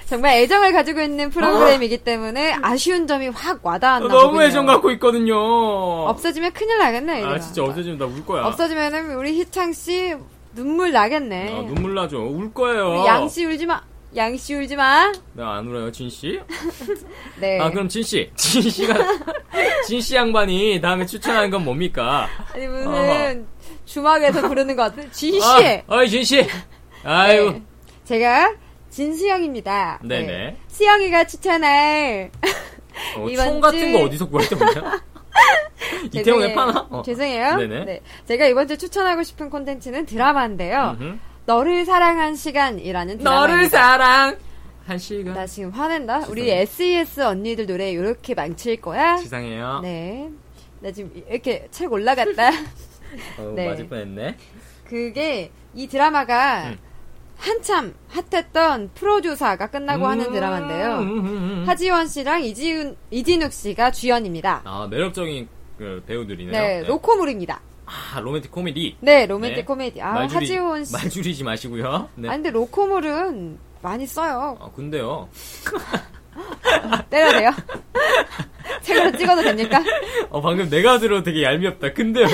[SPEAKER 2] 정말 애정을 가지고 있는 프로그램이기 때문에 아쉬운 점이 확 와닿았나
[SPEAKER 1] 아. 어, 너무
[SPEAKER 2] 보군요.
[SPEAKER 1] 애정 갖고 있거든요
[SPEAKER 2] 없어지면 큰일 나겠네.
[SPEAKER 1] 아
[SPEAKER 2] 이러면.
[SPEAKER 1] 진짜 없어지면 나 울 거야
[SPEAKER 2] 없어지면은 우리 희창 씨 눈물 나겠네.
[SPEAKER 1] 아, 눈물 나죠. 울 거예요.
[SPEAKER 2] 우리 양 씨 울지 마. 양 씨 울지 마.
[SPEAKER 1] 나 안 울어요, 진 씨.
[SPEAKER 2] 네.
[SPEAKER 1] 아 그럼 진 씨, 진 씨가 진 씨 양반이 다음에 추천하는 건 뭡니까?
[SPEAKER 2] 아니 무슨 주막에서 부르는 것 같은 진씨.
[SPEAKER 1] 아, 어이 진 씨. 아유,
[SPEAKER 2] 네. 제가 진수영입니다.
[SPEAKER 1] 네네.
[SPEAKER 2] 수영이가 추천할
[SPEAKER 1] 어,
[SPEAKER 2] 이번
[SPEAKER 1] 총 같은
[SPEAKER 2] 주-
[SPEAKER 1] 거 어디서 구할지 몰라. 이태원에
[SPEAKER 2] 죄송해요.
[SPEAKER 1] 파나? 어.
[SPEAKER 2] 죄송해요.
[SPEAKER 1] 네네.
[SPEAKER 2] 네. 제가 이번 주 추천하고 싶은 콘텐츠는 드라마인데요.
[SPEAKER 1] 음흠.
[SPEAKER 2] 너를 사랑한 시간이라는 드라마.
[SPEAKER 1] 너를 사랑. 한 시간.
[SPEAKER 2] 나 지금 화낸다. 우리 SES 언니들 노래 이렇게 망칠 거야.
[SPEAKER 1] 지상해요.
[SPEAKER 2] 네. 나 지금 이렇게 책 올라갔다.
[SPEAKER 1] 어,
[SPEAKER 2] 네.
[SPEAKER 1] 맞을 뻔했네.
[SPEAKER 2] 그게 이 드라마가
[SPEAKER 1] 음.
[SPEAKER 2] 한참 핫했던 프로듀사가 끝나고 하는
[SPEAKER 1] 음,
[SPEAKER 2] 드라마인데요.
[SPEAKER 1] 음, 음, 음.
[SPEAKER 2] 하지원 씨랑 이지훈, 이진욱 씨가 주연입니다.
[SPEAKER 1] 아 매력적인 그 배우들이네요.
[SPEAKER 2] 네, 로코물입니다.
[SPEAKER 1] 아 로맨틱 코미디.
[SPEAKER 2] 네, 로맨틱
[SPEAKER 1] 네.
[SPEAKER 2] 코미디. 아,
[SPEAKER 1] 말 줄이-
[SPEAKER 2] 하지원 씨.
[SPEAKER 1] 말 줄이지 마시고요. 네.
[SPEAKER 2] 아니, 근데 로코물은 많이 써요.
[SPEAKER 1] 아 근데요.
[SPEAKER 2] 때려대요. 책으로 찍어도 됩니까?
[SPEAKER 1] 어, 방금 내가 들어도 되게 얄미없다. 근데요.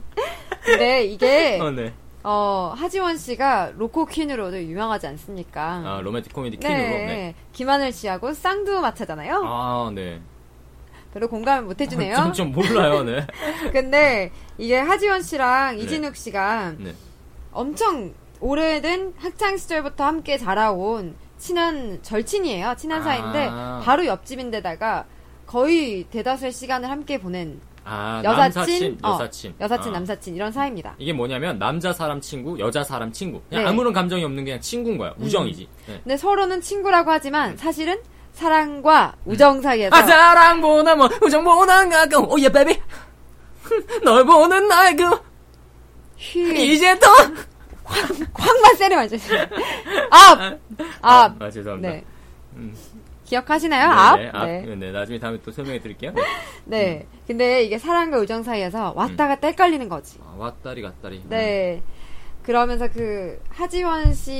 [SPEAKER 2] 근데 이게,
[SPEAKER 1] 어, 네.
[SPEAKER 2] 어, 하지원 씨가 로코 퀸으로도 유명하지 않습니까?
[SPEAKER 1] 아, 로맨틱 코미디 퀸으로. 네.
[SPEAKER 2] 김하늘 씨하고 쌍두 마차잖아요.
[SPEAKER 1] 아, 네.
[SPEAKER 2] 별로 공감을 못 해주네요.
[SPEAKER 1] 좀, 좀 몰라요, 네.
[SPEAKER 2] 근데 이게 하지원 씨랑 이진욱 씨가
[SPEAKER 1] 네.
[SPEAKER 2] 엄청 오래된 학창 시절부터 함께 자라온 친한 절친이에요. 친한
[SPEAKER 1] 아.
[SPEAKER 2] 사이인데 바로 옆집인데다가 거의 대다수의 시간을 함께 보낸
[SPEAKER 1] 아,
[SPEAKER 2] 여사친,
[SPEAKER 1] 남사친,
[SPEAKER 2] 어,
[SPEAKER 1] 여사친.
[SPEAKER 2] 여사친,
[SPEAKER 1] 아.
[SPEAKER 2] 남사친 이런 사이입니다.
[SPEAKER 1] 이게 뭐냐면, 남자 사람 친구, 여자 사람 친구. 그냥
[SPEAKER 2] 네. 음.
[SPEAKER 1] 아무런 감정이 없는 그냥 친구인 거야. 우정이지. 네.
[SPEAKER 2] 근데 서로는 친구라고 하지만 사실은 사랑과 우정 사이에서
[SPEAKER 1] 음. 아, 사랑보다 뭐, 우정보다 가까운, 오예, 베비. 널 보는 나의 그,
[SPEAKER 2] 휘
[SPEAKER 1] 이제 더.
[SPEAKER 2] 쾅만 세려 맞으세요. 앞, 앞,
[SPEAKER 1] 아, 죄송합니다.
[SPEAKER 2] 네.
[SPEAKER 1] 음.
[SPEAKER 2] 기억하시나요? 앞.
[SPEAKER 1] 네, 앞.
[SPEAKER 2] 네.
[SPEAKER 1] 네. 나중에 다음에 또 설명해 드릴게요. 네.
[SPEAKER 2] 네.
[SPEAKER 1] 음.
[SPEAKER 2] 근데 이게 사랑과 우정 사이에서 왔다 갔다 헷갈리는 거지.
[SPEAKER 1] 아, 왔다리 갔다리.
[SPEAKER 2] 네. 그러면서 그 하지원 씨가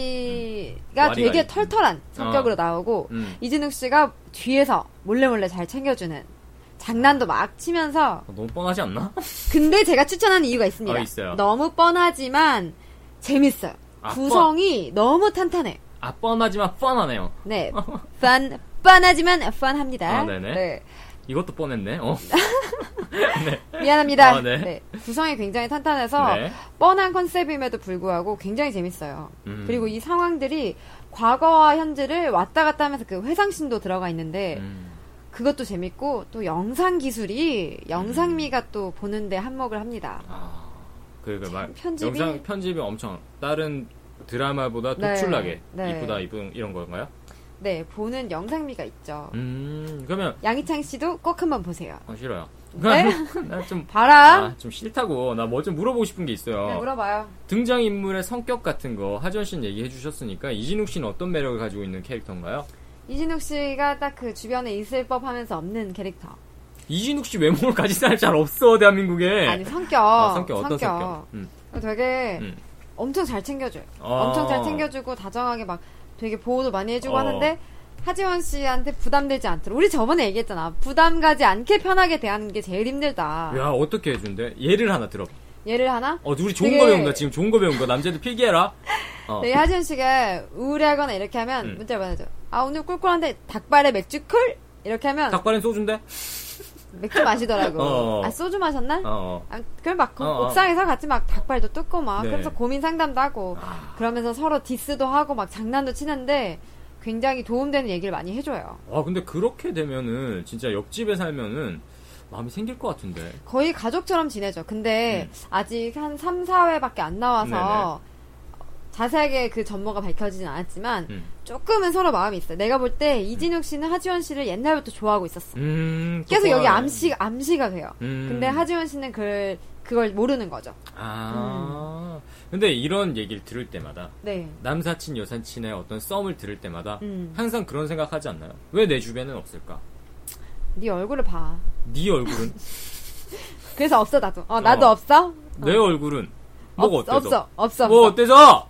[SPEAKER 1] 음. 와리가
[SPEAKER 2] 되게
[SPEAKER 1] 있-
[SPEAKER 2] 털털한 성격으로 나오고
[SPEAKER 1] 음.
[SPEAKER 2] 이진욱 씨가 뒤에서 몰래 몰래 잘 챙겨주는 장난도 막 치면서
[SPEAKER 1] 아, 너무 뻔하지 않나?
[SPEAKER 2] 근데 제가 추천하는 이유가 있습니다.
[SPEAKER 1] 어, 있어요.
[SPEAKER 2] 너무 뻔하지만 재밌어요.
[SPEAKER 1] 아,
[SPEAKER 2] 구성이 너무 탄탄해.
[SPEAKER 1] 아 뻔하지만 뻔하네요.
[SPEAKER 2] 네, 펀 뻔하지만 펀합니다.
[SPEAKER 1] 아, 네네.
[SPEAKER 2] 네.
[SPEAKER 1] 이것도 뻔했네. 어.
[SPEAKER 2] 미안합니다.
[SPEAKER 1] 아, 네.
[SPEAKER 2] 구성이 굉장히 탄탄해서
[SPEAKER 1] 네.
[SPEAKER 2] 뻔한 컨셉임에도 불구하고 굉장히 재밌어요.
[SPEAKER 1] 음.
[SPEAKER 2] 그리고 이 상황들이 과거와 현재를 왔다 갔다 하면서 그 회상신도 들어가 있는데
[SPEAKER 1] 음.
[SPEAKER 2] 그것도 재밌고 또 영상 기술이 영상미가 또 보는데 한몫을 합니다.
[SPEAKER 1] 음. 아. 그리고 막
[SPEAKER 2] 편집이-
[SPEAKER 1] 영상 편집이 엄청 다른 드라마보다
[SPEAKER 2] 네.
[SPEAKER 1] 독출나게
[SPEAKER 2] 네.
[SPEAKER 1] 이쁘다 이쁜 이런 건가요?
[SPEAKER 2] 네, 보는 영상미가 있죠.
[SPEAKER 1] 음. 그러면
[SPEAKER 2] 양희창 씨도 꼭 한번 보세요.
[SPEAKER 1] 어, 싫어요.
[SPEAKER 2] 네?
[SPEAKER 1] 나좀
[SPEAKER 2] 바람.
[SPEAKER 1] 아, 좀 싫다고 나 뭐 좀 물어보고 싶은 게 있어요.
[SPEAKER 2] 네, 물어봐요.
[SPEAKER 1] 등장 인물의 성격 같은 거 하지원 씨는 얘기해 주셨으니까 이진욱 씨는 어떤 매력을 가지고 있는 캐릭터인가요?
[SPEAKER 2] 이진욱 씨가 딱 그 주변에 있을 법하면서 없는 캐릭터.
[SPEAKER 1] 이진욱 씨 외모를 가진 사람이 잘 없어 대한민국에.
[SPEAKER 2] 아니 성격.
[SPEAKER 1] 아, 성격 어떤 성격? 음.
[SPEAKER 2] 되게
[SPEAKER 1] 음.
[SPEAKER 2] 엄청 잘 챙겨줘요.
[SPEAKER 1] 아.
[SPEAKER 2] 엄청 잘 챙겨주고 다정하게 막 되게 보호도 많이 해주고
[SPEAKER 1] 어.
[SPEAKER 2] 하는데 하지원 씨한테 부담되지 않도록 우리 저번에 얘기했잖아. 부담 가지 않게 편하게 대하는 게 제일 힘들다.
[SPEAKER 1] 야 어떻게 해준대? 예를 하나 들어.
[SPEAKER 2] 예를 하나?
[SPEAKER 1] 어 우리 좋은
[SPEAKER 2] 되게-
[SPEAKER 1] 거 배운다 지금 좋은 거 배운 거 남자들 필기해라. 어.
[SPEAKER 2] 네, 하지원 씨가 우울하거나 이렇게 하면
[SPEAKER 1] 음.
[SPEAKER 2] 문자 보내줘. 아 오늘 꿀꿀한데 닭발에 맥주 콜 이렇게 하면
[SPEAKER 1] 닭발엔 소주인데?
[SPEAKER 2] 맥주 마시더라고.
[SPEAKER 1] 어.
[SPEAKER 2] 아 소주 마셨나?
[SPEAKER 1] 어, 어.
[SPEAKER 2] 아, 그럼 막 그
[SPEAKER 1] 어, 어.
[SPEAKER 2] 옥상에서 같이 막 닭발도 뜯고 막
[SPEAKER 1] 네.
[SPEAKER 2] 그러면서 고민 상담도 하고
[SPEAKER 1] 아.
[SPEAKER 2] 그러면서 서로 디스도 하고 막 장난도 치는데 굉장히 도움되는 얘기를 많이 해줘요.
[SPEAKER 1] 아 근데 그렇게 되면은 진짜 옆집에 살면은 마음이 생길 것 같은데.
[SPEAKER 2] 거의 가족처럼 지내죠. 근데
[SPEAKER 1] 네.
[SPEAKER 2] 아직 한 3, 4회밖에 안 나와서 자세하게 그 전모가 밝혀지진 않았지만
[SPEAKER 1] 음.
[SPEAKER 2] 조금은 서로 마음이 있어요. 내가 볼 때 이진욱 씨는 하지원 씨를 옛날부터 좋아하고 있었어.
[SPEAKER 1] 음.
[SPEAKER 2] 계속 여기
[SPEAKER 1] 똑똑하네.
[SPEAKER 2] 암시, 암시가 돼요.
[SPEAKER 1] 음.
[SPEAKER 2] 근데 하지원 씨는 그, 그걸 모르는 거죠.
[SPEAKER 1] 아.
[SPEAKER 2] 음.
[SPEAKER 1] 근데 이런 얘기를 들을 때마다
[SPEAKER 2] 네.
[SPEAKER 1] 남사친 여사친의 어떤 썸을 들을 때마다
[SPEAKER 2] 음.
[SPEAKER 1] 항상 그런 생각하지 않나요? 왜 내 주변엔 없을까?
[SPEAKER 2] 네 얼굴을 봐.
[SPEAKER 1] 네 얼굴은
[SPEAKER 2] 어. 그래서 없어 나도. 어 나도
[SPEAKER 1] 어.
[SPEAKER 2] 없어.
[SPEAKER 1] 내 얼굴은 뭐가
[SPEAKER 2] 없-
[SPEAKER 1] 어때서?
[SPEAKER 2] 없어 없어.
[SPEAKER 1] 뭐
[SPEAKER 2] 없어.
[SPEAKER 1] 어때서?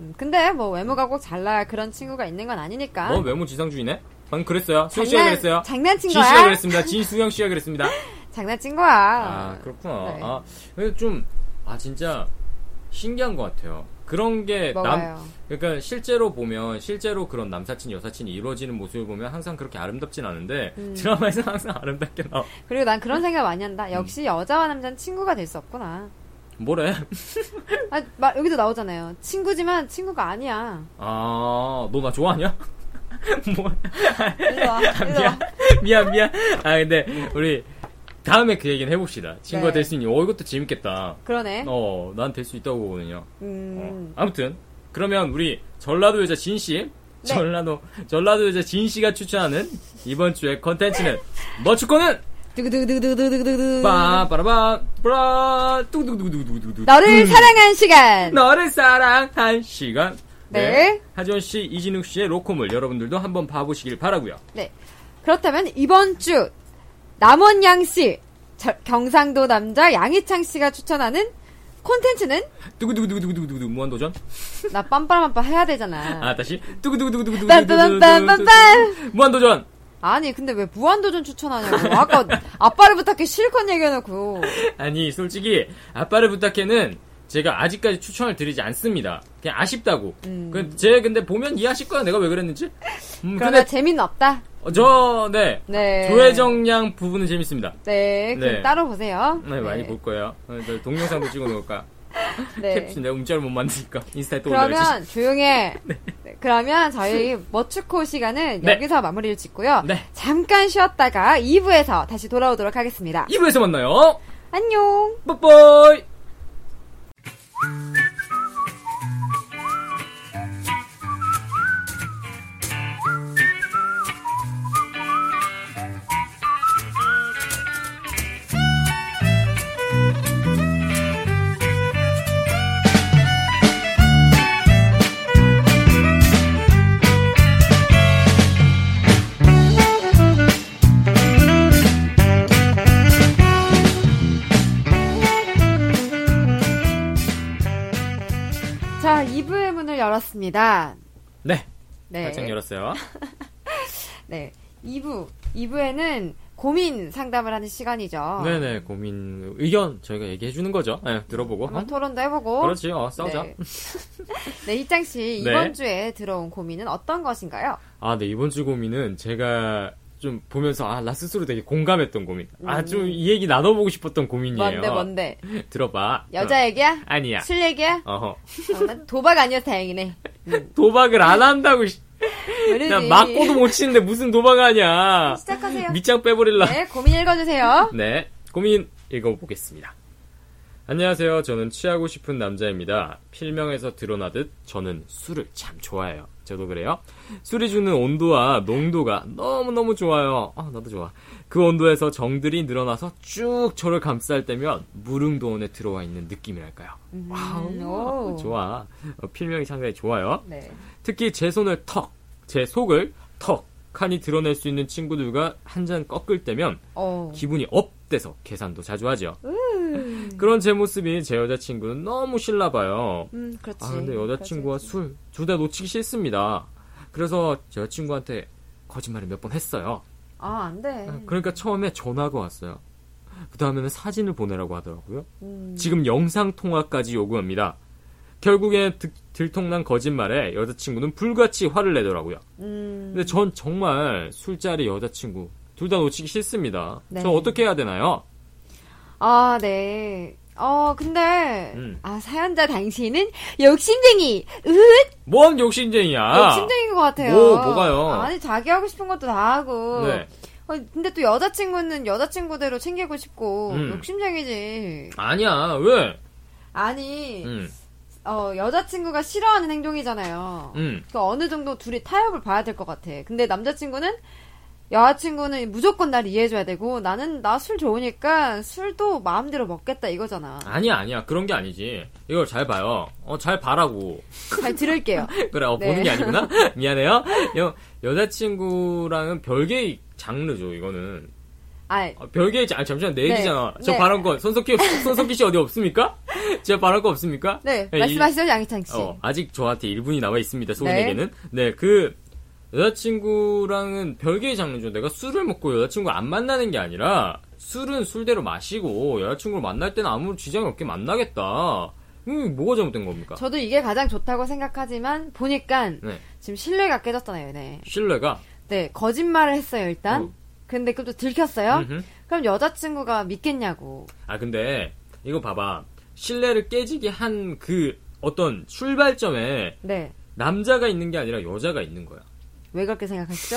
[SPEAKER 2] 음, 근데 뭐 외모가 꼭 잘나야 그런 친구가 있는 건 아니니까.
[SPEAKER 1] 뭐 외모 지상주의네? 방금 그랬어요. 수영 씨가
[SPEAKER 2] 장난
[SPEAKER 1] 그랬어요.
[SPEAKER 2] 장난친
[SPEAKER 1] 진 씨가
[SPEAKER 2] 거야.
[SPEAKER 1] 그랬습니다. 진수영 씨가 그랬습니다.
[SPEAKER 2] 장난친 거야.
[SPEAKER 1] 아 그렇구나.
[SPEAKER 2] 네.
[SPEAKER 1] 아 근데 좀아 진짜 신기한 것 같아요. 그런 게 남
[SPEAKER 2] 먹어요.
[SPEAKER 1] 그러니까 실제로 보면 실제로 그런 남사친 여사친이 이루어지는 모습을 보면 항상 그렇게 아름답진 않은데
[SPEAKER 2] 음.
[SPEAKER 1] 드라마에서 항상 아름답게 나와.
[SPEAKER 2] 그리고 난 그런 생각 많이
[SPEAKER 1] 음.
[SPEAKER 2] 한다. 역시 여자와 남자는 친구가 될 수 없구나.
[SPEAKER 1] 뭐래?
[SPEAKER 2] 아, 막 여기도 나오잖아요. 친구지만 친구가 아니야.
[SPEAKER 1] 아, 너 나 좋아하냐? 뭐,
[SPEAKER 2] 일로 와. 일로 와.
[SPEAKER 1] 미안, 미안, 미안. 아, 근데, 우리, 다음에 그 얘기는 해봅시다. 친구가
[SPEAKER 2] 네.
[SPEAKER 1] 될 수 있니? 어, 이것도 재밌겠다.
[SPEAKER 2] 그러네.
[SPEAKER 1] 어, 난 될 수 있다고 보거든요. 어.
[SPEAKER 2] 음.
[SPEAKER 1] 아무튼, 그러면 우리, 전라도 여자 진씨, 전라도, 전라도 여자 진씨가 추천하는 이번 주의 컨텐츠는, 머추코는,
[SPEAKER 2] 두구두구두구두구두구두구.
[SPEAKER 1] 빠바라밤, 브라, 뚜두두두두두두.
[SPEAKER 2] 너를 사랑한 시간.
[SPEAKER 1] 너를 사랑한 시간.
[SPEAKER 2] 네.
[SPEAKER 1] 하지원 씨, 이진욱 씨의 로코물 여러분들도 한번 봐보시길 바라고요.
[SPEAKER 2] 네. 그렇다면 이번 주 남원양 씨, 저- 경상도 남자 양희창 씨가 추천하는 콘텐츠는
[SPEAKER 1] 두구두구두구두구두구 무한도전.
[SPEAKER 2] 나 빰빠람빰빠 해야 되잖아.
[SPEAKER 1] 아 다시 두구두구두구두구
[SPEAKER 2] 빰빰빰빰빰빰.
[SPEAKER 1] 무한도전.
[SPEAKER 2] 아니 근데 왜 무한도전 추천하냐고. 아까 아빠를 부탁해 실컷 얘기해놓고.
[SPEAKER 1] 아니 솔직히 아빠를 부탁해는 제가 아직까지 추천을 드리지 않습니다. 그냥 아쉽다고.
[SPEAKER 2] 음.
[SPEAKER 1] 그, 제 근데 보면 이해하실 거야 내가 왜 그랬는지. 음,
[SPEAKER 2] 그러나
[SPEAKER 1] 근데
[SPEAKER 2] 재미는 없다.
[SPEAKER 1] 어, 저 네.
[SPEAKER 2] 네.
[SPEAKER 1] 조혜정 양 부분은 재밌습니다.
[SPEAKER 2] 네, 그럼
[SPEAKER 1] 네.
[SPEAKER 2] 따로 보세요.
[SPEAKER 1] 네, 많이 볼 거예요. 어, 저 동영상도 찍어 놓을까.
[SPEAKER 2] 네.
[SPEAKER 1] 캡틴 내가 문자를 못 만드니까 인스타에 또 올려야지.
[SPEAKER 2] 그러면 조용해. 네, 그러면 저희 머추코 시간은
[SPEAKER 1] 네.
[SPEAKER 2] 여기서 마무리를 짓고요.
[SPEAKER 1] 네.
[SPEAKER 2] 잠깐 쉬었다가 2부에서 다시 돌아오도록 하겠습니다.
[SPEAKER 1] 2부에서 만나요.
[SPEAKER 2] 안녕.
[SPEAKER 1] 빠빠이.
[SPEAKER 2] 활짝 열었습니다.
[SPEAKER 1] 네.
[SPEAKER 2] 네.
[SPEAKER 1] 활짝 열었어요.
[SPEAKER 2] 네. 2부. 2부에는 고민 상담을 하는 시간이죠.
[SPEAKER 1] 네네 고민 의견 저희가 얘기해 주는 거죠. 네, 들어보고.
[SPEAKER 2] 한번
[SPEAKER 1] 어?
[SPEAKER 2] 토론도 해보고.
[SPEAKER 1] 그렇지. 어, 싸우자.
[SPEAKER 2] 네. 네, 희짱 씨,
[SPEAKER 1] 네.
[SPEAKER 2] 이번 주에 들어온 고민은 어떤 것인가요?
[SPEAKER 1] 아, 네 이번 주 고민은 제가 좀 보면서 아, 나 스스로 되게 공감했던 고민. 아, 좀 이 얘기 나눠보고 싶었던 고민이에요.
[SPEAKER 2] 음. 뭔데, 뭔데?
[SPEAKER 1] 예. 들어봐. 어,
[SPEAKER 2] 여자 얘기야?
[SPEAKER 1] 아니야.
[SPEAKER 2] 술 얘기야?
[SPEAKER 1] 어허.
[SPEAKER 2] 어, 난 도박 아니어서 다행이네.
[SPEAKER 1] 도박을 안 한다고. 씨. 나
[SPEAKER 2] 그러지.
[SPEAKER 1] 맞고도 못 치는데 무슨 도박하냐.
[SPEAKER 2] 시작하세요.
[SPEAKER 1] 밑장 빼버릴라.
[SPEAKER 2] 네, 고민 읽어주세요.
[SPEAKER 1] 네, 고민 읽어보겠습니다. 안녕하세요. 저는 취하고 싶은 남자입니다. 필명에서 드러나듯 저는 술을 참 좋아해요. 저도 그래요. 술이 주는 온도와 농도가 너무너무 좋아요. 아, 나도 좋아. 그 온도에서 정들이 늘어나서 쭉 저를 감쌀 때면 무릉도원에 들어와 있는 느낌이랄까요. 와우,
[SPEAKER 2] 오.
[SPEAKER 1] 좋아. 어, 필명이 상당히 좋아요.
[SPEAKER 2] 네.
[SPEAKER 1] 특히 제 손을 턱, 제 속을 턱 칸이 드러낼 수 있는 친구들과 한 잔 꺾을 때면
[SPEAKER 2] 어.
[SPEAKER 1] 기분이 업돼서 계산도 자주 하죠. 그런 제 모습이 제 여자친구는 너무 싫나봐요.
[SPEAKER 2] 음, 그렇지.
[SPEAKER 1] 아 근데 여자친구와
[SPEAKER 2] 그렇지.
[SPEAKER 1] 술 둘 다 놓치기 싫습니다. 그래서 여자친구한테 거짓말을 몇 번 했어요.
[SPEAKER 2] 아, 안 돼.
[SPEAKER 1] 그러니까 처음에 전화가 왔어요. 그 다음에는 사진을 보내라고 하더라고요.
[SPEAKER 2] 음.
[SPEAKER 1] 지금 영상 통화까지 요구합니다. 결국엔 득- 들통난 거짓말에 여자친구는 불같이 화를 내더라고요.
[SPEAKER 2] 음.
[SPEAKER 1] 근데 전 정말 술자리 여자친구 둘 다 놓치기 싫습니다.
[SPEAKER 2] 네.
[SPEAKER 1] 저 어떻게 해야 되나요?
[SPEAKER 2] 아, 네. 어, 근데,
[SPEAKER 1] 음.
[SPEAKER 2] 아, 사연자 당신은 욕심쟁이! 으흑!
[SPEAKER 1] 뭔 욕심쟁이야?
[SPEAKER 2] 욕심쟁이인 것 같아요.
[SPEAKER 1] 뭐, 뭐가요?
[SPEAKER 2] 아니, 자기 하고 싶은 것도 다 하고.
[SPEAKER 1] 네.
[SPEAKER 2] 어, 근데 또 여자친구는 여자친구대로 챙기고 싶고,
[SPEAKER 1] 음.
[SPEAKER 2] 욕심쟁이지.
[SPEAKER 1] 아니야, 왜?
[SPEAKER 2] 아니,
[SPEAKER 1] 음,
[SPEAKER 2] 어, 여자친구가 싫어하는 행동이잖아요.
[SPEAKER 1] 음.
[SPEAKER 2] 그 어느 정도 둘이 타협을 봐야 될 것 같아. 근데 남자친구는 여자친구는 무조건 날 이해해줘야 되고 나는 나 술 좋으니까 술도 마음대로 먹겠다 이거잖아.
[SPEAKER 1] 아니야, 아니야. 그런 게 아니지. 이걸 잘 봐요. 어, 잘 봐라고.
[SPEAKER 2] 잘 들을게요.
[SPEAKER 1] 그래, 어,
[SPEAKER 2] 네.
[SPEAKER 1] 보는 게 아니구나? 미안해요. 여, 여자친구랑은 별개의 장르죠, 이거는.
[SPEAKER 2] 아,
[SPEAKER 1] 아, 별개의 장, 아니, 잠시만, 내
[SPEAKER 2] 네.
[SPEAKER 1] 얘기잖아. 저
[SPEAKER 2] 네.
[SPEAKER 1] 발언권, 손석희, 손석희 씨 어디 없습니까? 제 발언권 없습니까?
[SPEAKER 2] 네
[SPEAKER 1] 이-
[SPEAKER 2] 말씀하시죠 양희창 씨.
[SPEAKER 1] 어, 아직 저한테 1분이 남아 있습니다.
[SPEAKER 2] 네.
[SPEAKER 1] 소은에게는. 네. 그 여자친구랑은 별개의 장르죠. 내가 술을 먹고 여자친구를 안 만나는 게 아니라 술은 술대로 마시고 여자친구를 만날 때는 아무 지장이 없게 만나겠다. 음, 뭐가 잘못된 겁니까?
[SPEAKER 2] 저도 이게 가장 좋다고 생각하지만 보니까
[SPEAKER 1] 네.
[SPEAKER 2] 지금 신뢰가 깨졌잖아요. 네.
[SPEAKER 1] 신뢰가
[SPEAKER 2] 네 거짓말을 했어요 일단.
[SPEAKER 1] 음.
[SPEAKER 2] 근데 그럼 또 들켰어요.
[SPEAKER 1] 음흠.
[SPEAKER 2] 그럼 여자친구가 믿겠냐고.
[SPEAKER 1] 아 근데 이거 봐봐. 신뢰를 깨지게 한 그 어떤 출발점에
[SPEAKER 2] 네.
[SPEAKER 1] 남자가 있는 게 아니라 여자가 있는 거야.
[SPEAKER 2] 왜 그렇게 생각하시죠?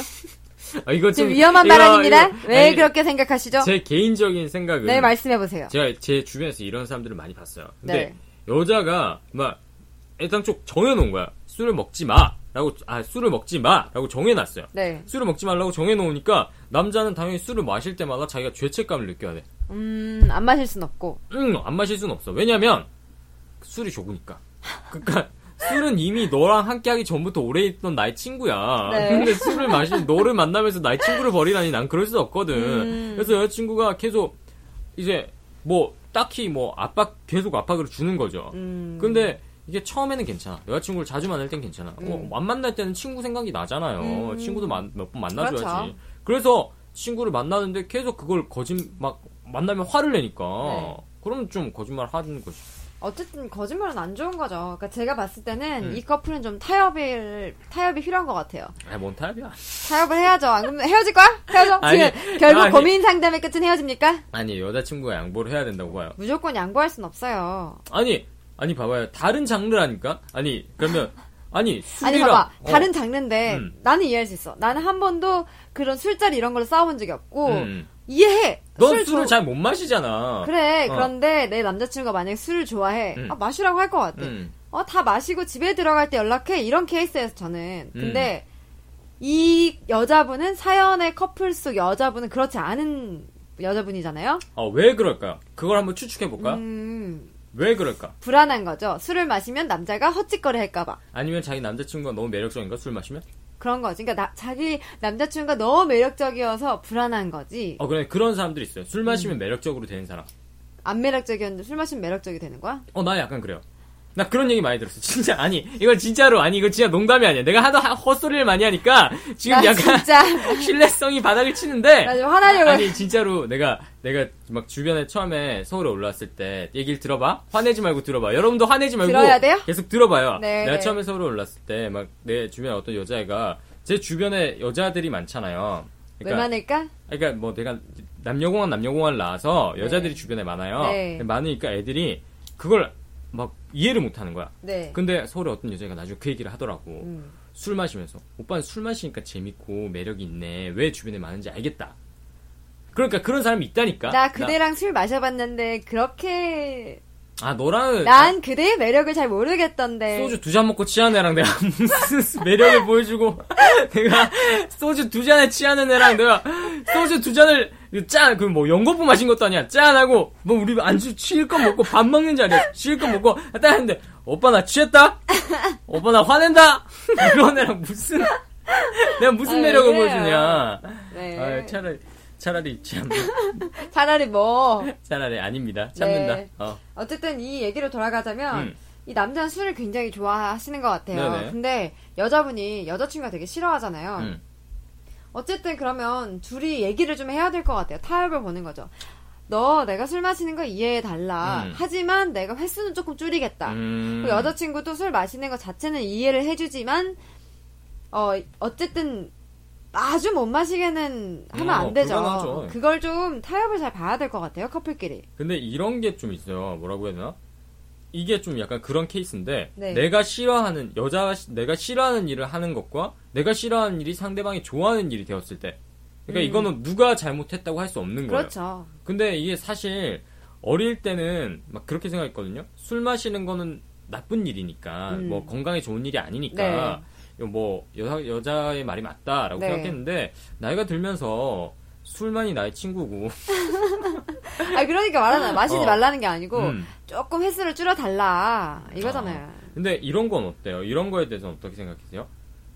[SPEAKER 1] 아, 이거 좀
[SPEAKER 2] 지금 위험한
[SPEAKER 1] 이거-
[SPEAKER 2] 발언입니다.
[SPEAKER 1] 이거-
[SPEAKER 2] 왜
[SPEAKER 1] 아니,
[SPEAKER 2] 그렇게 생각하시죠?
[SPEAKER 1] 제 개인적인 생각은
[SPEAKER 2] 네 말씀해 보세요.
[SPEAKER 1] 제가 제 주변에서 이런 사람들을 많이 봤어요. 근데
[SPEAKER 2] 네.
[SPEAKER 1] 여자가 막 일단 쪽 정해놓은 거야. 술을 먹지 마라고 아 술을 먹지 마라고 정해놨어요.
[SPEAKER 2] 네.
[SPEAKER 1] 술을 먹지 말라고 정해놓으니까 남자는 당연히 술을 마실 때마다 자기가 죄책감을 느껴야 돼.
[SPEAKER 2] 음, 안 마실 순 없고.
[SPEAKER 1] 응안 마실 순 없어. 왜냐면 술이 좋으니까. 그러니까 술은 이미 너랑 함께하기 전부터 오래 있던 나의 친구야.
[SPEAKER 2] 네.
[SPEAKER 1] 근데 술을 마시 너를 만나면서 나의 친구를 버리다니 난 그럴 수 없거든.
[SPEAKER 2] 음.
[SPEAKER 1] 그래서 여자친구가 계속 이제 뭐 딱히 뭐 압박 계속 압박을 주는 거죠.
[SPEAKER 2] 음.
[SPEAKER 1] 근데 이게 처음에는 괜찮아. 여자친구를 자주 만날 땐 괜찮아.
[SPEAKER 2] 음.
[SPEAKER 1] 어, 안 만날 때는 친구 생각이 나잖아요.
[SPEAKER 2] 음.
[SPEAKER 1] 친구도 몇 번 만나줘야지.
[SPEAKER 2] 그렇죠.
[SPEAKER 1] 그래서 친구를 만나는데 계속 그걸 거짓 막 만나면 화를 내니까
[SPEAKER 2] 네.
[SPEAKER 1] 그럼 좀 거짓말 하는 거지.
[SPEAKER 2] 어쨌든 거짓말은 안 좋은 거죠. 그러니까 제가 봤을 때는
[SPEAKER 1] 음.
[SPEAKER 2] 이 커플은 좀 타협을 타협이 필요한 것 같아요.
[SPEAKER 1] 아, 뭔 타협이야?
[SPEAKER 2] 타협을 해야죠. 안 그러면 헤어질 거야? 헤어져?
[SPEAKER 1] 아니,
[SPEAKER 2] 지금 결국
[SPEAKER 1] 아니.
[SPEAKER 2] 고민 상담의 끝은 헤어집니까?
[SPEAKER 1] 아니 여자친구가 양보를 해야 된다고 봐요.
[SPEAKER 2] 무조건 양보할 순 없어요.
[SPEAKER 1] 아니 아니 봐봐요. 다른 장르라니까. 아니 그러면 아니
[SPEAKER 2] 아니
[SPEAKER 1] 술이랑
[SPEAKER 2] 봐봐
[SPEAKER 1] 어,
[SPEAKER 2] 다른 장르인데
[SPEAKER 1] 음.
[SPEAKER 2] 나는 이해할 수 있어. 나는 한 번도 그런 술자리 이런 걸로 싸워본 적이 없고
[SPEAKER 1] 음.
[SPEAKER 2] 이해해.
[SPEAKER 1] 넌
[SPEAKER 2] 술
[SPEAKER 1] 술을
[SPEAKER 2] 좋아-
[SPEAKER 1] 잘 못 마시잖아.
[SPEAKER 2] 그래
[SPEAKER 1] 어.
[SPEAKER 2] 그런데 내 남자친구가 만약에 술을 좋아해
[SPEAKER 1] 음.
[SPEAKER 2] 아, 마시라고 할 것 같아.
[SPEAKER 1] 음.
[SPEAKER 2] 어, 다 마시고 집에 들어갈 때 연락해. 이런 케이스에서 저는.
[SPEAKER 1] 음.
[SPEAKER 2] 근데, 이 여자분은 사연의 커플 속 여자분은 그렇지 않은 여자분이잖아요?
[SPEAKER 1] 어, 왜 그럴까요? 그걸 한번 추측해 볼까? 요
[SPEAKER 2] 음
[SPEAKER 1] 왜 그럴까?
[SPEAKER 2] 불안한 거죠. 술을 마시면 남자가 헛짓거리 할까봐.
[SPEAKER 1] 아니면 자기 남자친구가 너무 매력적인가 술 마시면?
[SPEAKER 2] 그런 거지. 그러니까 나- 자기 남자친구가 너무 매력적이어서 불안한 거지.
[SPEAKER 1] 어 그래 그런 사람들이 있어요. 술
[SPEAKER 2] 음.
[SPEAKER 1] 마시면 매력적으로 되는 사람.
[SPEAKER 2] 안 매력적이었는데 술 마시면 매력적이 되는 거야?
[SPEAKER 1] 어 나 약간 그래요. 나 그런 얘기 많이 들었어. 진짜 아니 이건 진짜로 아니 이거 진짜 농담이 아니야. 내가 하도 하- 헛소리를 많이 하니까 지금
[SPEAKER 2] 나
[SPEAKER 1] 약간
[SPEAKER 2] 진짜
[SPEAKER 1] 신뢰성이 바닥을 치는데
[SPEAKER 2] 나 지금 화나려고
[SPEAKER 1] 아니 진짜로 내가 내가 막 주변에 처음에 서울에 올라왔을 때 얘기를 들어봐 화내지 말고 들어봐 여러분도 화내지 말고
[SPEAKER 2] 들어야 돼요?
[SPEAKER 1] 계속 들어봐요
[SPEAKER 2] 네,
[SPEAKER 1] 내가
[SPEAKER 2] 네.
[SPEAKER 1] 처음에 서울에 올라왔을 때 막 내 주변에 어떤 여자애가 제 주변에 여자들이 많잖아요
[SPEAKER 2] 왜 많을까?
[SPEAKER 1] 그러니까 뭐 내가 남녀공학 남녀공학을 나와서 여자들이 주변에 많아요
[SPEAKER 2] 네.
[SPEAKER 1] 많으니까 애들이 그걸 막 이해를 못하는 거야
[SPEAKER 2] 네.
[SPEAKER 1] 근데 서울에 어떤 여자가 나중에 그 얘기를 하더라고
[SPEAKER 2] 음.
[SPEAKER 1] 술 마시면서 오빠는 술 마시니까 재밌고 매력이 있네 왜 주변에 많은지 알겠다 그러니까 그런 사람이 있다니까
[SPEAKER 2] 나 그대랑 술 마셔봤는데 그렇게
[SPEAKER 1] 나- 아 너랑은
[SPEAKER 2] 난 그대의 매력을 잘 모르겠던데.
[SPEAKER 1] 소주 두 잔 먹고 취한 애랑 내가 무슨 매력을 보여주고 내가 소주 두 잔에 취하는 애랑 내가 소주 두 잔을 짠그뭐 연거푸 마신 것도 아니야 짠하고 뭐 우리 안주 취일 거 먹고 밥 먹는 자리에 취일 거 먹고 딱 했는데 오빠 나 취했다 오빠 나 화낸다 이런 애랑 무슨 내가 무슨
[SPEAKER 2] 아,
[SPEAKER 1] 매력을
[SPEAKER 2] 그래요.
[SPEAKER 1] 보여주냐
[SPEAKER 2] 네.
[SPEAKER 1] 아, 차라리 차라리 참
[SPEAKER 2] 차라리 뭐
[SPEAKER 1] 차라리 아닙니다 참는다
[SPEAKER 2] 네.
[SPEAKER 1] 어
[SPEAKER 2] 어쨌든 이 얘기로 돌아가자면
[SPEAKER 1] 음.
[SPEAKER 2] 이 남자는 술을 굉장히 좋아하시는 것 같아요.
[SPEAKER 1] 네네.
[SPEAKER 2] 근데 여자분이 여자친구가 되게 싫어하잖아요.
[SPEAKER 1] 음.
[SPEAKER 2] 어쨌든 그러면 둘이 얘기를 좀 해야 될 것 같아요. 타협을 보는 거죠. 너 내가 술 마시는 거 이해해 달라.
[SPEAKER 1] 음.
[SPEAKER 2] 하지만 내가 횟수는 조금 줄이겠다.
[SPEAKER 1] 음.
[SPEAKER 2] 그 여자친구도 술 마시는 것 자체는 이해를 해주지만 어 어쨌든 아주 못 마시게는 하면
[SPEAKER 1] 어,
[SPEAKER 2] 안 되죠.
[SPEAKER 1] 불가능하죠.
[SPEAKER 2] 그걸 좀 타협을 잘 봐야 될 것 같아요 커플끼리.
[SPEAKER 1] 근데 이런 게 좀 있어요. 뭐라고 해야 되나? 이게 좀 약간 그런 케이스인데
[SPEAKER 2] 네.
[SPEAKER 1] 내가 싫어하는 여자가 시- 내가 싫어하는 일을 하는 것과 내가 싫어하는 일이 상대방이 좋아하는 일이 되었을 때 그러니까 이거는 누가 잘못했다고 할 수 없는 거예요.
[SPEAKER 2] 음. 그렇죠.
[SPEAKER 1] 근데 이게 사실 어릴 때는 막 그렇게 생각했거든요. 술 마시는 거는 나쁜 일이니까
[SPEAKER 2] 음.
[SPEAKER 1] 뭐 건강에 좋은 일이 아니니까 뭐 여자 여자의 말이 맞다라고
[SPEAKER 2] 네.
[SPEAKER 1] 생각했는데 나이가 들면서 술만이 나의 친구고
[SPEAKER 2] 아 그러니까 말하잖아 마시지
[SPEAKER 1] 어.
[SPEAKER 2] 말라는 게 아니고
[SPEAKER 1] 음.
[SPEAKER 2] 조금 횟수를 줄여 달라 이거잖아요.
[SPEAKER 1] 근데 이런 건 어때요? 이런 거에 대해서 어떻게 생각하세요?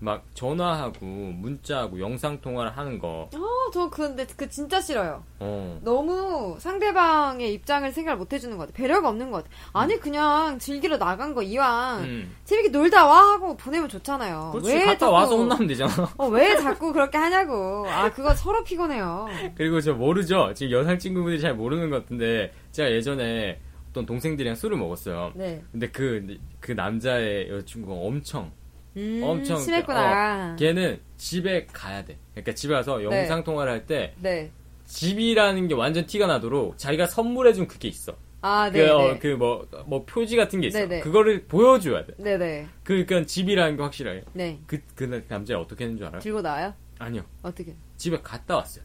[SPEAKER 1] 막 전화하고 문자하고 영상 통화를 하는 거.
[SPEAKER 2] 어, 저 근데 그 진짜 싫어요.
[SPEAKER 1] 어.
[SPEAKER 2] 너무 상대방의 입장을 생각을 못 해주는 것 같아. 배려가 없는 것 같아. 아니 그냥 즐기러 나간 거 이왕
[SPEAKER 1] 음.
[SPEAKER 2] 재밌게 놀다 와 하고 보내면 아, 좋잖아요.
[SPEAKER 1] 그렇지. 갔다 와서 혼나면 되잖아.
[SPEAKER 2] 어, 왜 자꾸 그렇게 하냐고. 아, 그거 서로 피곤해요.
[SPEAKER 1] 그리고 저 모르죠. 지금 여성 친구분들이 잘 모르는 것 같은데 제가 예전에 어떤 동생들이랑 술을 먹었어요.
[SPEAKER 2] 네.
[SPEAKER 1] 근데 그, 그 남자의 여자친구가 엄청
[SPEAKER 2] 음,
[SPEAKER 1] 엄청 어,
[SPEAKER 2] 심했구나.
[SPEAKER 1] 걔는 집에 가야 돼. 그러니까 집에 와서 영상 통화를 할 때
[SPEAKER 2] 네.
[SPEAKER 1] 집이라는 게 완전 티가 나도록 자기가 선물해준 그게 있어.
[SPEAKER 2] 아, 네.
[SPEAKER 1] 그, 어,
[SPEAKER 2] 네.
[SPEAKER 1] 그 뭐, 뭐 표지 같은 게 있어.
[SPEAKER 2] 네네.
[SPEAKER 1] 그거를 보여줘야 돼.
[SPEAKER 2] 네네.
[SPEAKER 1] 그, 그니까 집이라는 거 확실하게.
[SPEAKER 2] 네.
[SPEAKER 1] 그, 그, 날 남자 어떻게 했는 줄 알아요?
[SPEAKER 2] 들고 나와요?
[SPEAKER 1] 아니요.
[SPEAKER 2] 어떻게?
[SPEAKER 1] 집에 갔다 왔어요.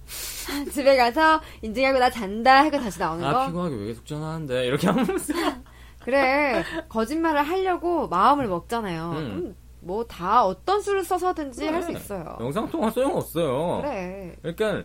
[SPEAKER 2] 집에 가서 인증하고 나 잔다 하고 다시 나오는 거?
[SPEAKER 1] 아, 피곤하게 왜 계속 전화하는데. 이렇게 하면서.
[SPEAKER 2] 그래. 거짓말을 하려고 마음을 먹잖아요.
[SPEAKER 1] 음.
[SPEAKER 2] 뭐 다 어떤 수를 써서든지 할 수
[SPEAKER 1] 그래.
[SPEAKER 2] 있어요.
[SPEAKER 1] 영상통화 소용없어요.
[SPEAKER 2] 그래.
[SPEAKER 1] 러니까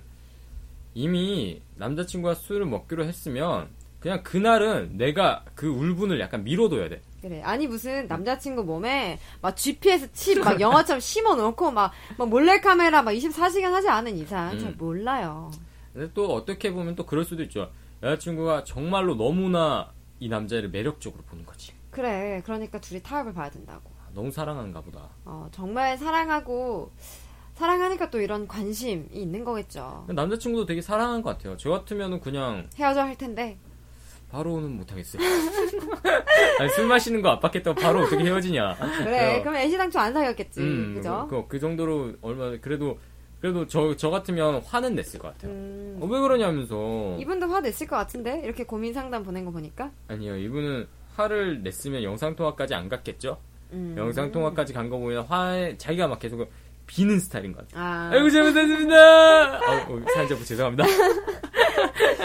[SPEAKER 1] 이미 남자친구와 술을 먹기로 했으면 그냥 그날은 내가 그 울분을 약간 미뤄둬야 돼.
[SPEAKER 2] 그래. 아니 무슨 남자친구 몸에 막 GPS 칩 막 영화처럼 심어 놓고 막, 막 몰래 카메라 막 24시간 하지 않은 이상 잘
[SPEAKER 1] 음.
[SPEAKER 2] 몰라요.
[SPEAKER 1] 근데 또 어떻게 보면 또 그럴 수도 있죠. 여자친구가 정말로 너무나 이 남자를 매력적으로 보는 거지.
[SPEAKER 2] 그래. 그러니까 둘이 타협을 봐야 된다고.
[SPEAKER 1] 아, 너무 사랑한가 보다.
[SPEAKER 2] 어, 정말 사랑하고 사랑하니까 또 이런 관심이 있는 거겠죠.
[SPEAKER 1] 남자친구도 되게 사랑한 것 같아요. 저 같으면은 그냥
[SPEAKER 2] 헤어져 할 텐데.
[SPEAKER 1] 바로는 못하겠어요. 아니, 술 마시는 거 압박했다고 바로 어떻게 헤어지냐.
[SPEAKER 2] 그래.
[SPEAKER 1] 어.
[SPEAKER 2] 그럼 애시당초 안 사귀었겠지. 네, 그죠?
[SPEAKER 1] 그, 그 정도로 얼마 그래도 그래도 저, 저 같으면 화는 냈을 것 같아요.
[SPEAKER 2] 음,
[SPEAKER 1] 어, 왜 그러냐면서
[SPEAKER 2] 이분도 화 냈을 것 같은데 이렇게 고민 상담 보낸 거 보니까.
[SPEAKER 1] 아니요 이분은 화를 냈으면 영상 통화까지 안 갔겠죠?
[SPEAKER 2] 음.
[SPEAKER 1] 영상 통화까지 간 거 보면 화에 자기가 막 계속 비는 스타일인 것 같아요.
[SPEAKER 2] 아,
[SPEAKER 1] 아이고 잘못했습니다. 아이고 사연자분 죄송합니다.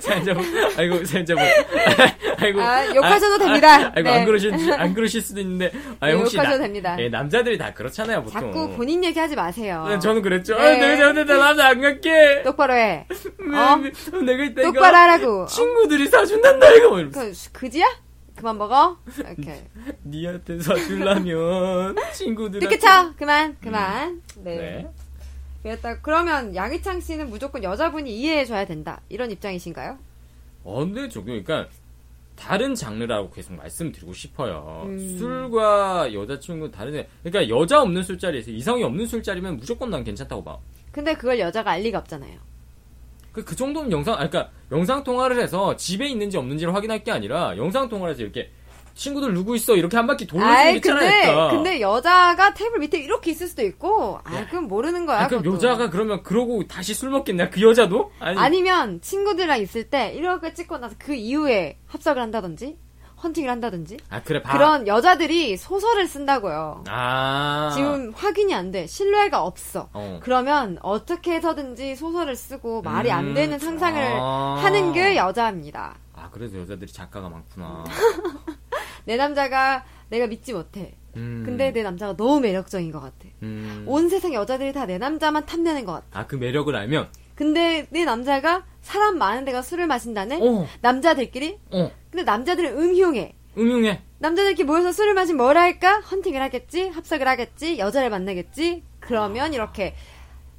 [SPEAKER 1] 사연자분 아이고 사연자분 아이고
[SPEAKER 2] 아, 욕하셔도 됩니다.
[SPEAKER 1] 아이고
[SPEAKER 2] 네.
[SPEAKER 1] 안 그러실 안 그러실 수도 있는데 아니
[SPEAKER 2] 네,
[SPEAKER 1] 혹시
[SPEAKER 2] 욕하셔도
[SPEAKER 1] 나-
[SPEAKER 2] 됩니다.
[SPEAKER 1] 예, 남자들이 다 그렇잖아요 보통.
[SPEAKER 2] 자꾸 본인 얘기하지 마세요.
[SPEAKER 1] 네, 저는 그랬죠.
[SPEAKER 2] 네.
[SPEAKER 1] 아, 내가 잘못했다 남자 안 갈게.
[SPEAKER 2] 똑바로 해.
[SPEAKER 1] 왜- 왜- 내가 이따
[SPEAKER 2] 어? 똑바로
[SPEAKER 1] 이거
[SPEAKER 2] 하라고.
[SPEAKER 1] 그러니까
[SPEAKER 2] 어,
[SPEAKER 1] 친구들이 사준단다 이거 뭐 이러면서
[SPEAKER 2] 그, 그지야? 그만 먹어. 이렇게.
[SPEAKER 1] 니한테 사주려면 친구들
[SPEAKER 2] 늦게 쳐. 그만. 그만. 네.
[SPEAKER 1] 네.
[SPEAKER 2] 그랬다. 그러면 양희창 씨는 무조건 여자분이 이해해줘야 된다. 이런 입장이신가요?
[SPEAKER 1] 어, 근데 저기 그러니까 다른 장르라고 계속 말씀드리고 싶어요.
[SPEAKER 2] 음.
[SPEAKER 1] 술과 여자친구 다른 애, 그러니까 여자 없는 술자리에서 이성이 없는 술자리면 무조건 난 괜찮다고 봐.
[SPEAKER 2] 근데 그걸 여자가 알 리가 없잖아요.
[SPEAKER 1] 그, 그 정도면 영상, 아, 그러니까 영상 통화를 해서 집에 있는지 없는지를 확인할 게 아니라 영상 통화를 해서 이렇게 친구들 누구 있어 이렇게 한 바퀴 돌고
[SPEAKER 2] 아이
[SPEAKER 1] 있잖아.
[SPEAKER 2] 근데
[SPEAKER 1] 그러니까.
[SPEAKER 2] 근데 여자가 테이블 밑에 이렇게 있을 수도 있고 아 그건 모르는 거야.
[SPEAKER 1] 아, 그럼
[SPEAKER 2] 그것도.
[SPEAKER 1] 여자가 그러면 그러고 다시 술 먹겠냐 그 여자도? 아니,
[SPEAKER 2] 아니면 친구들이랑 있을 때 이렇게 찍고 나서 그 이후에 합석을 한다든지 헌팅을 한다든지
[SPEAKER 1] 아, 그래 봐.
[SPEAKER 2] 그런 여자들이 소설을 쓴다고요.
[SPEAKER 1] 아
[SPEAKER 2] 지금 확인이 안 돼. 신뢰가 없어.
[SPEAKER 1] 어.
[SPEAKER 2] 그러면 어떻게 해서든지 소설을 쓰고 말이 안
[SPEAKER 1] 음.
[SPEAKER 2] 되는 상상을
[SPEAKER 1] 아.
[SPEAKER 2] 하는 게 여자입니다.
[SPEAKER 1] 아 그래서 여자들이 작가가 많구나.
[SPEAKER 2] 내 남자가 내가 믿지 못해.
[SPEAKER 1] 음.
[SPEAKER 2] 근데 내 남자가 너무 매력적인 것 같아.
[SPEAKER 1] 음.
[SPEAKER 2] 온 세상 여자들이 다 내 남자만 탐내는 것 같아.
[SPEAKER 1] 아그 매력을 알면
[SPEAKER 2] 근데 내 남자가 사람 많은 데가 술을 마신다네?
[SPEAKER 1] 어.
[SPEAKER 2] 남자들끼리?
[SPEAKER 1] 어
[SPEAKER 2] 근데 남자들은 음흉해.
[SPEAKER 1] 응용해.
[SPEAKER 2] 남자들끼리 모여서 술을 마시면 뭘 할까? 헌팅을 하겠지? 합석을 하겠지? 여자를 만나겠지? 그러면 이렇게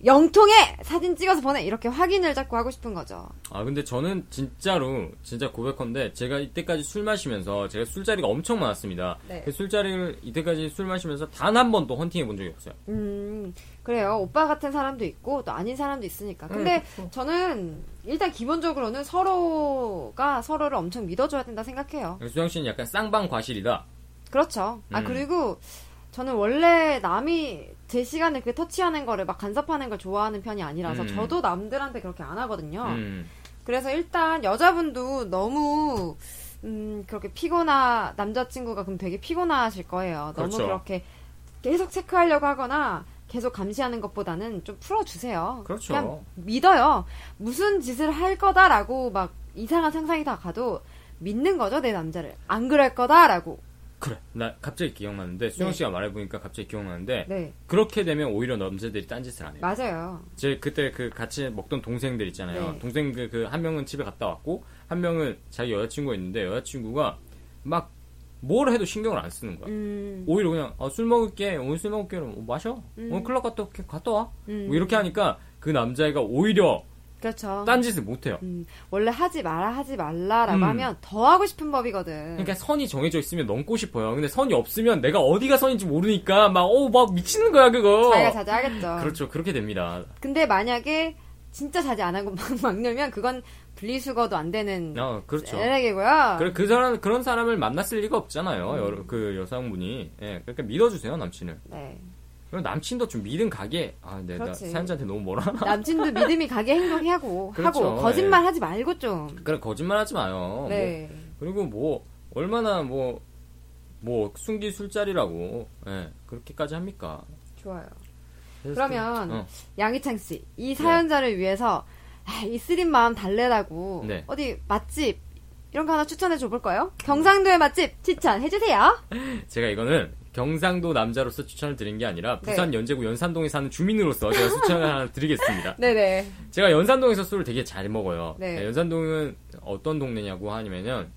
[SPEAKER 2] 영통에 사진 찍어서 보내! 이렇게 확인을 자꾸 하고 싶은 거죠.
[SPEAKER 1] 아 근데 저는 진짜로 진짜 고백컨데 제가 이때까지 술 마시면서 제가 술자리가 엄청 많았습니다.
[SPEAKER 2] 네.
[SPEAKER 1] 그 술자리를 이때까지 술 마시면서 단 한 번도 헌팅해 본 적이 없어요.
[SPEAKER 2] 음, 그래요. 오빠 같은 사람도 있고, 또 아닌 사람도 있으니까.
[SPEAKER 1] 네,
[SPEAKER 2] 근데 저는 일단 기본적으로는 서로가 서로를 엄청 믿어줘야 된다 생각해요.
[SPEAKER 1] 수영 씨는 약간 쌍방 과실이다.
[SPEAKER 2] 그렇죠. 아
[SPEAKER 1] 음.
[SPEAKER 2] 그리고 저는 원래 남이 제 시간을 그 터치하는 거를 막 간섭하는 걸 좋아하는 편이 아니라서
[SPEAKER 1] 음.
[SPEAKER 2] 저도 남들한테 그렇게 안 하거든요.
[SPEAKER 1] 음.
[SPEAKER 2] 그래서 일단 여자분도 너무 음 그렇게 피곤하 남자친구가 그럼 되게 피곤하실 거예요.
[SPEAKER 1] 그렇죠.
[SPEAKER 2] 너무 그렇게 계속 체크하려고 하거나 계속 감시하는 것보다는 좀 풀어주세요.
[SPEAKER 1] 그렇죠.
[SPEAKER 2] 냥 믿어요. 무슨 짓을 할 거다라고 막 이상한 상상이 다 가도 믿는 거죠 내 남자를 안 그럴 거다라고.
[SPEAKER 1] 그래. 나 갑자기 기억나는데 수영
[SPEAKER 2] 네.
[SPEAKER 1] 씨가 말해 보니까 갑자기 기억나는데
[SPEAKER 2] 네
[SPEAKER 1] 그렇게 되면 오히려 남자들이 딴짓을 안 해요.
[SPEAKER 2] 맞아요.
[SPEAKER 1] 제 그때 그 같이 먹던 동생들 있잖아요.
[SPEAKER 2] 네.
[SPEAKER 1] 동생 그 한 명은 집에 갔다 왔고 한 명은 자기 여자친구가 있는데 여자친구가 막 뭘 해도 신경을 안 쓰는 거야.
[SPEAKER 2] 음,
[SPEAKER 1] 오히려 그냥 어, 술 먹을게 오늘 술 먹을게 그러면 어, 마셔
[SPEAKER 2] 음.
[SPEAKER 1] 오늘 클럽 갔다 올게 갔다 와
[SPEAKER 2] 음.
[SPEAKER 1] 뭐 이렇게 하니까 그 남자애가 오히려
[SPEAKER 2] 그렇죠.
[SPEAKER 1] 딴 짓을 못 해요.
[SPEAKER 2] 음, 원래 하지 마라 하지 말라라고
[SPEAKER 1] 음.
[SPEAKER 2] 하면 더 하고 싶은 법이거든.
[SPEAKER 1] 그러니까 선이 정해져 있으면 넘고 싶어요. 근데 선이 없으면 내가 어디가 선인지 모르니까 막 어 막 미치는 거야 그거.
[SPEAKER 2] 자기가 자제 하겠죠.
[SPEAKER 1] 그렇죠 그렇게 됩니다.
[SPEAKER 2] 근데 만약에 진짜 자제 안 하고 막 막려면 그건 분리수거도 안 되는
[SPEAKER 1] 어 그렇죠.
[SPEAKER 2] 음. 애락이고요.
[SPEAKER 1] 그래, 그 사람 그런 사람을 만났을 리가
[SPEAKER 2] 음.
[SPEAKER 1] 없잖아요. 여, 그 여성분이 예 그러니까 믿어주세요 남친을.
[SPEAKER 2] 네.
[SPEAKER 1] 그럼 남친도 좀 믿은 가게 아내나
[SPEAKER 2] 그렇지.
[SPEAKER 1] 사연자한테 너무 뭐라.
[SPEAKER 2] 남친도 믿음이 가게 행동하고
[SPEAKER 1] 그렇죠.
[SPEAKER 2] 하고 거짓말 하지 말고 좀.
[SPEAKER 1] 그래 거짓말하지 마요. 뭐
[SPEAKER 2] 네.
[SPEAKER 1] 그리고 뭐 얼마나 뭐 뭐 순기 술자리라고 예 그렇게까지 합니까?
[SPEAKER 2] 좋아요.
[SPEAKER 1] 그래서
[SPEAKER 2] 그러면
[SPEAKER 1] 좀- 어, 예.
[SPEAKER 2] 양희창 씨, 이 사연자를 위해서 아, 이 쓰린 마음 달래라고
[SPEAKER 1] 네.
[SPEAKER 2] 어디 맛집 이런 거 하나 추천해 줘 볼까요? 경상도의 맛집 추천해 주세요.
[SPEAKER 1] 제가 이거는 경상도 남자로서 추천을 드린 게 아니라
[SPEAKER 2] 네.
[SPEAKER 1] 부산 연제구 연산동에 사는 주민으로서 제가 추천을 하나 드리겠습니다.
[SPEAKER 2] 네네.
[SPEAKER 1] 제가 연산동에서 술을 되게 잘 먹어요.
[SPEAKER 2] 네.
[SPEAKER 1] 네, 연산동은 어떤 동네냐고 하냐면은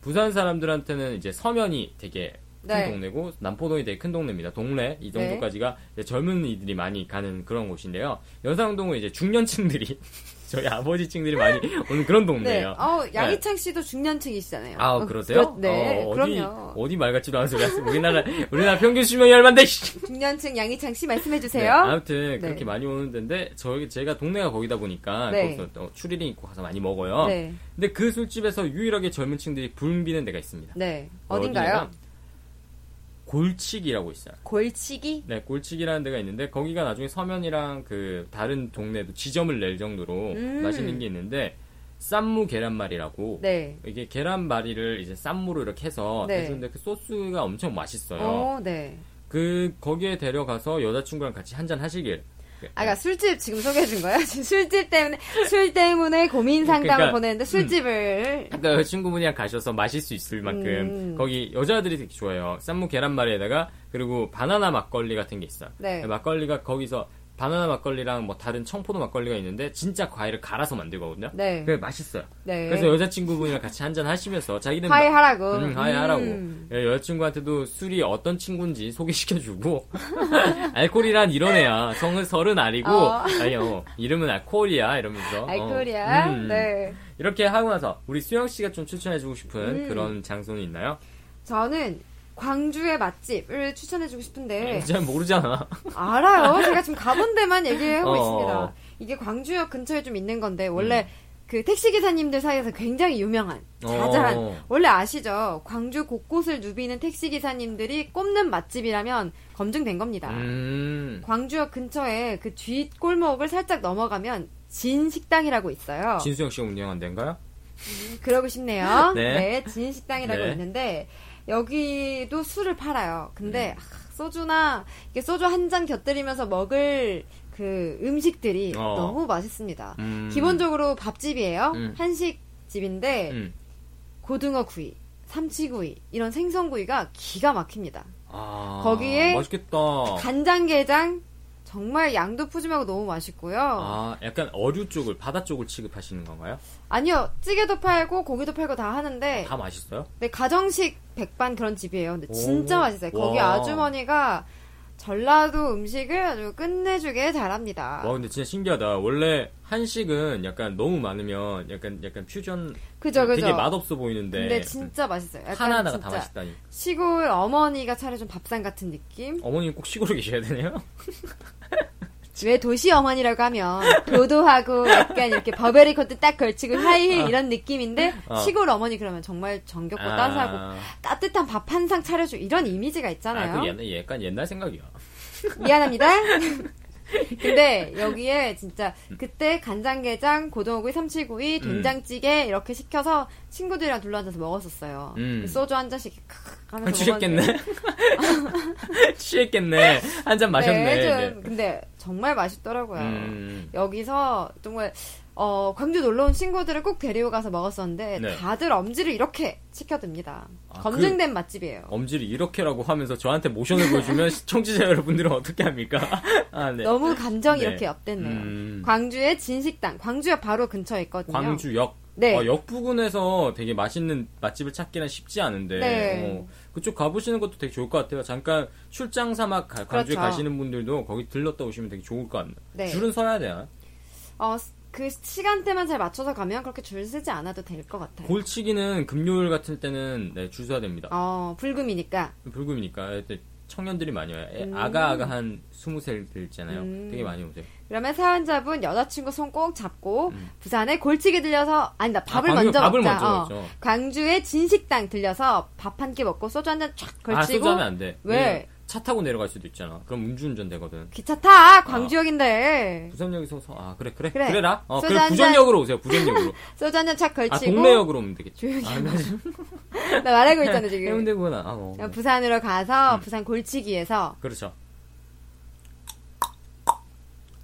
[SPEAKER 1] 부산 사람들한테는 이제 서면이 되게 큰
[SPEAKER 2] 네.
[SPEAKER 1] 동네고 남포동이 되게 큰 동네입니다. 동래 이 정도까지가 이제 젊은 이들이 많이 가는 그런 곳인데요. 연산동은 이제 중년층들이 저희 아버지층들이 많이 오는 그런
[SPEAKER 2] 네.
[SPEAKER 1] 동네예요.
[SPEAKER 2] 어, 양희창 씨도 중년층이시잖아요.
[SPEAKER 1] 아
[SPEAKER 2] 어,
[SPEAKER 1] 그러세요?
[SPEAKER 2] 그렇- 네.
[SPEAKER 1] 어, 어디
[SPEAKER 2] 그럼요.
[SPEAKER 1] 어디 말 같지도 않은 소리 하세요. 우리나라 우리나라 평균 수명이 얼마인데? 씨.
[SPEAKER 2] 중년층 양희창 씨 말씀해
[SPEAKER 1] 네,
[SPEAKER 2] 주세요.
[SPEAKER 1] 아무튼 그렇게
[SPEAKER 2] 네.
[SPEAKER 1] 많이 오는 데인데 저희 제가 동네가 거기다 보니까
[SPEAKER 2] 네.
[SPEAKER 1] 거기서 또 추리닝 입고 가서 많이 먹어요.
[SPEAKER 2] 네.
[SPEAKER 1] 근데 그 술집에서 유일하게 젊은 층들이 붐비는 데가 있습니다.
[SPEAKER 2] 네. 어딘가요?
[SPEAKER 1] 어디냐면 골치기라고 있어요.
[SPEAKER 2] 골치기?
[SPEAKER 1] 네, 골치기라는 데가 있는데 거기가 나중에 서면이랑 그 다른 동네도 지점을 낼 정도로
[SPEAKER 2] 음.
[SPEAKER 1] 맛있는 게 있는데 쌈무 계란말이라고
[SPEAKER 2] 네.
[SPEAKER 1] 이게 계란말이를 이제 쌈무로 이렇게 해서
[SPEAKER 2] 네.
[SPEAKER 1] 해주는데 그 소스가 엄청 맛있어요.
[SPEAKER 2] 어, 네.
[SPEAKER 1] 그 거기에 데려가서 여자친구랑 같이 한잔 하시길.
[SPEAKER 2] 아, 그러니까 술집 지금 소개해 준 거예요? 지금 술집 때문에 술 때문에 고민 상담을
[SPEAKER 1] 그러니까,
[SPEAKER 2] 보내는데 술집을
[SPEAKER 1] 그러니까 여자친구분이랑 가셔서 마실 수 있을 만큼
[SPEAKER 2] 음.
[SPEAKER 1] 거기 여자들이 되게 좋아해요. 쌈무 계란말이에다가 그리고 바나나 막걸리 같은 게 있어요.
[SPEAKER 2] 네.
[SPEAKER 1] 막걸리가 거기서 바나나 막걸리랑 뭐 다른 청포도 막걸리가 있는데 진짜 과일을 갈아서 만들거든요.
[SPEAKER 2] 네.
[SPEAKER 1] 그게 맛있어요.
[SPEAKER 2] 네.
[SPEAKER 1] 그래서 여자친구분이랑 같이 한잔 하시면서 자기는
[SPEAKER 2] 화해하라고.
[SPEAKER 1] 음, 화해하라고.
[SPEAKER 2] 음.
[SPEAKER 1] 예, 여자친구한테도 술이 어떤 친구인지 소개시켜주고 알코올이란 이런 애야. 성은 서른 아니고
[SPEAKER 2] 어.
[SPEAKER 1] 아니 어, 이름은 알코올이야 이러면서 어.
[SPEAKER 2] 알코올이야.
[SPEAKER 1] 음.
[SPEAKER 2] 네.
[SPEAKER 1] 이렇게 하고 나서 우리 수영 씨가 좀 추천해주고 싶은
[SPEAKER 2] 음.
[SPEAKER 1] 그런 장소는 있나요?
[SPEAKER 2] 저는 광주의 맛집을 추천해주고 싶은데
[SPEAKER 1] 잘 모르잖아.
[SPEAKER 2] 알아요. 제가 지금 가본 데만 얘기하고
[SPEAKER 1] 어. 음.
[SPEAKER 2] 있습니다. 이게 광주역 근처에 좀 있는 건데 원래 그 택시 기사님들 사이에서 굉장히 유명한 자자한
[SPEAKER 1] 어.
[SPEAKER 2] 원래 아시죠? 광주 곳곳을 누비는 택시 기사님들이 꼽는 맛집이라면 검증된 겁니다.
[SPEAKER 1] 음.
[SPEAKER 2] 광주역 근처에 그 뒷골목을 살짝 넘어가면 진 식당이라고 있어요.
[SPEAKER 1] 진수영 씨가 운영한 데인가요?
[SPEAKER 2] 그러고 싶네요.
[SPEAKER 1] 네.
[SPEAKER 2] 네, 진 식당이라고
[SPEAKER 1] 네.
[SPEAKER 2] 있는데 여기도 술을 팔아요. 근데
[SPEAKER 1] 음.
[SPEAKER 2] 아, 소주나 이게 소주 한 잔 곁들이면서 먹을 그 음식들이
[SPEAKER 1] 어.
[SPEAKER 2] 너무 맛있습니다.
[SPEAKER 1] 음.
[SPEAKER 2] 기본적으로 밥집이에요.
[SPEAKER 1] 음.
[SPEAKER 2] 한식 집인데
[SPEAKER 1] 음.
[SPEAKER 2] 고등어 구이, 삼치구이 이런 생선구이가 기가 막힙니다.
[SPEAKER 1] 아,
[SPEAKER 2] 거기에
[SPEAKER 1] 맛있겠다.
[SPEAKER 2] 간장 게장 정말 양도 푸짐하고 너무 맛있고요.
[SPEAKER 1] 아, 약간 어류 쪽을 바다 쪽을 취급하시는 건가요?
[SPEAKER 2] 아. 니요 찌개도 팔고 고기도 팔고 다 하는데
[SPEAKER 1] 다 맛있어요?
[SPEAKER 2] 네, 가정식 백반 그런 집이에요. 근데 진짜
[SPEAKER 1] 오.
[SPEAKER 2] 맛있어요. 거기
[SPEAKER 1] 와.
[SPEAKER 2] 아주머니가 전라도 음식을 아주 끝내주게 잘합니다.
[SPEAKER 1] 와, 근데 진짜 신기하다. 원래 한식은 약간 너무 많으면 약간 약간 퓨전
[SPEAKER 2] 그죠, 그죠.
[SPEAKER 1] 되게 맛없어 네. 보이는데
[SPEAKER 2] 근데 진짜 맛있어요. 약간
[SPEAKER 1] 하나하나가 다
[SPEAKER 2] 진짜
[SPEAKER 1] 맛있다니.
[SPEAKER 2] 시골 어머니가 차려준 밥상 같은 느낌?
[SPEAKER 1] 어머님 꼭 시골에 계셔야 되네요.
[SPEAKER 2] 왜 도시 어머니라고 하면 도도하고 약간 이렇게 버베리 코트 딱 걸치고 하이힐 이런 느낌인데
[SPEAKER 1] 아. 어.
[SPEAKER 2] 시골 어머니 그러면 정말 정겹고
[SPEAKER 1] 아.
[SPEAKER 2] 따스하고 따뜻한 밥 한 상 차려주 이런 이미지가
[SPEAKER 1] 아,
[SPEAKER 2] 있잖아요.
[SPEAKER 1] 그 옛날, 약간 옛날 생각이야.
[SPEAKER 2] 미안합니다. 근데 여기에 진짜 그때 간장게장,
[SPEAKER 1] 음.
[SPEAKER 2] 고등어구이, 삼치구이, 된장찌개 이렇게 시켜서 친구들이랑 둘러앉아서 먹었었어요. 그
[SPEAKER 1] 음.
[SPEAKER 2] 소주 한 잔씩 크 하면서 먹었는데.
[SPEAKER 1] 취했겠네. 취했겠네. 한 잔 마셨네.
[SPEAKER 2] 네, 좀
[SPEAKER 1] 네.
[SPEAKER 2] 근데 정말 맛있더라고요.
[SPEAKER 1] 음.
[SPEAKER 2] 여기서 정말 어, 광주 놀러 온 친구들을 꼭 데리고 가서 먹었었는데
[SPEAKER 1] 네.
[SPEAKER 2] 다들 엄지를 이렇게 치켜듭니다.
[SPEAKER 1] 아,
[SPEAKER 2] 검증된 맛집이에요.
[SPEAKER 1] 엄지를 이렇게라고 하면서 저한테 모션을 보여주면 시청자 여러분들은 어떻게 합니까? 아, 네.
[SPEAKER 2] 너무 감정이
[SPEAKER 1] 네.
[SPEAKER 2] 이렇게 엽됐네요.
[SPEAKER 1] 음.
[SPEAKER 2] 광주의 진식당, 광주역 바로 근처에 있거든요.
[SPEAKER 1] 광주역.
[SPEAKER 2] 네.
[SPEAKER 1] 어, 역 부근에서 되게 맛있는 맛집을 찾기는 쉽지 않은데
[SPEAKER 2] 네.
[SPEAKER 1] 어, 그쪽 가보시는 것도 되게 좋을 것 같아요. 잠깐 출장 삼아 가- 광주에
[SPEAKER 2] 그렇죠.
[SPEAKER 1] 가시는 분들도 거기 들렀다 오시면 되게 좋을 것 같네요.
[SPEAKER 2] 네.
[SPEAKER 1] 줄은 서야 돼요.
[SPEAKER 2] 어, 그 시간대만 잘 맞춰서 가면 그렇게 줄 쓰지 않아도 될 것 같아요.
[SPEAKER 1] 골치기는 금요일 같은 때는 네, 줄 서야 됩니다.
[SPEAKER 2] 어, 불금이니까.
[SPEAKER 1] 불금이니까 그때 청년들이 많이 와요. 애- 아가아가 한 스무 살 들잖아요.
[SPEAKER 2] 음.
[SPEAKER 1] 되게 많이 오세요.
[SPEAKER 2] 그러면 사연자분 여자친구 손 꼭 잡고 부산에 골치기 들려서 아니다 밥을
[SPEAKER 1] 음. 아, 방금
[SPEAKER 2] 먼저
[SPEAKER 1] 밥을
[SPEAKER 2] 먹자.
[SPEAKER 1] 먼저
[SPEAKER 2] 어,
[SPEAKER 1] 먹죠.
[SPEAKER 2] 광주의 진식당 들려서 밥 한 끼 먹고 소주 한 잔 쫙
[SPEAKER 1] 아,
[SPEAKER 2] 걸치고
[SPEAKER 1] 소주하면 안 돼.
[SPEAKER 2] 왜?
[SPEAKER 1] 왜냐면 차 타고 내려갈 수도 있잖아. 그럼 음주운전 되거든.
[SPEAKER 2] 기차
[SPEAKER 1] 아.
[SPEAKER 2] 타 광주역인데
[SPEAKER 1] 부산역에서 서- 아 그래 그래
[SPEAKER 2] 그래.
[SPEAKER 1] 그래. 라 어,
[SPEAKER 2] 소주
[SPEAKER 1] 그래
[SPEAKER 2] 한 잔.
[SPEAKER 1] 부전역으로 오세요. 부전역으로.
[SPEAKER 2] 소주 한 잔 쫙
[SPEAKER 1] 아
[SPEAKER 2] 걸치고
[SPEAKER 1] 동래역으로 오면 되겠죠.
[SPEAKER 2] 조용히
[SPEAKER 1] 아, 나 지금
[SPEAKER 2] 나 말하고 있잖아 지금.
[SPEAKER 1] 해운대구나. 아, 어.
[SPEAKER 2] 그냥 부산으로 가서
[SPEAKER 1] 음.
[SPEAKER 2] 부산 골치기에서
[SPEAKER 1] 그렇죠.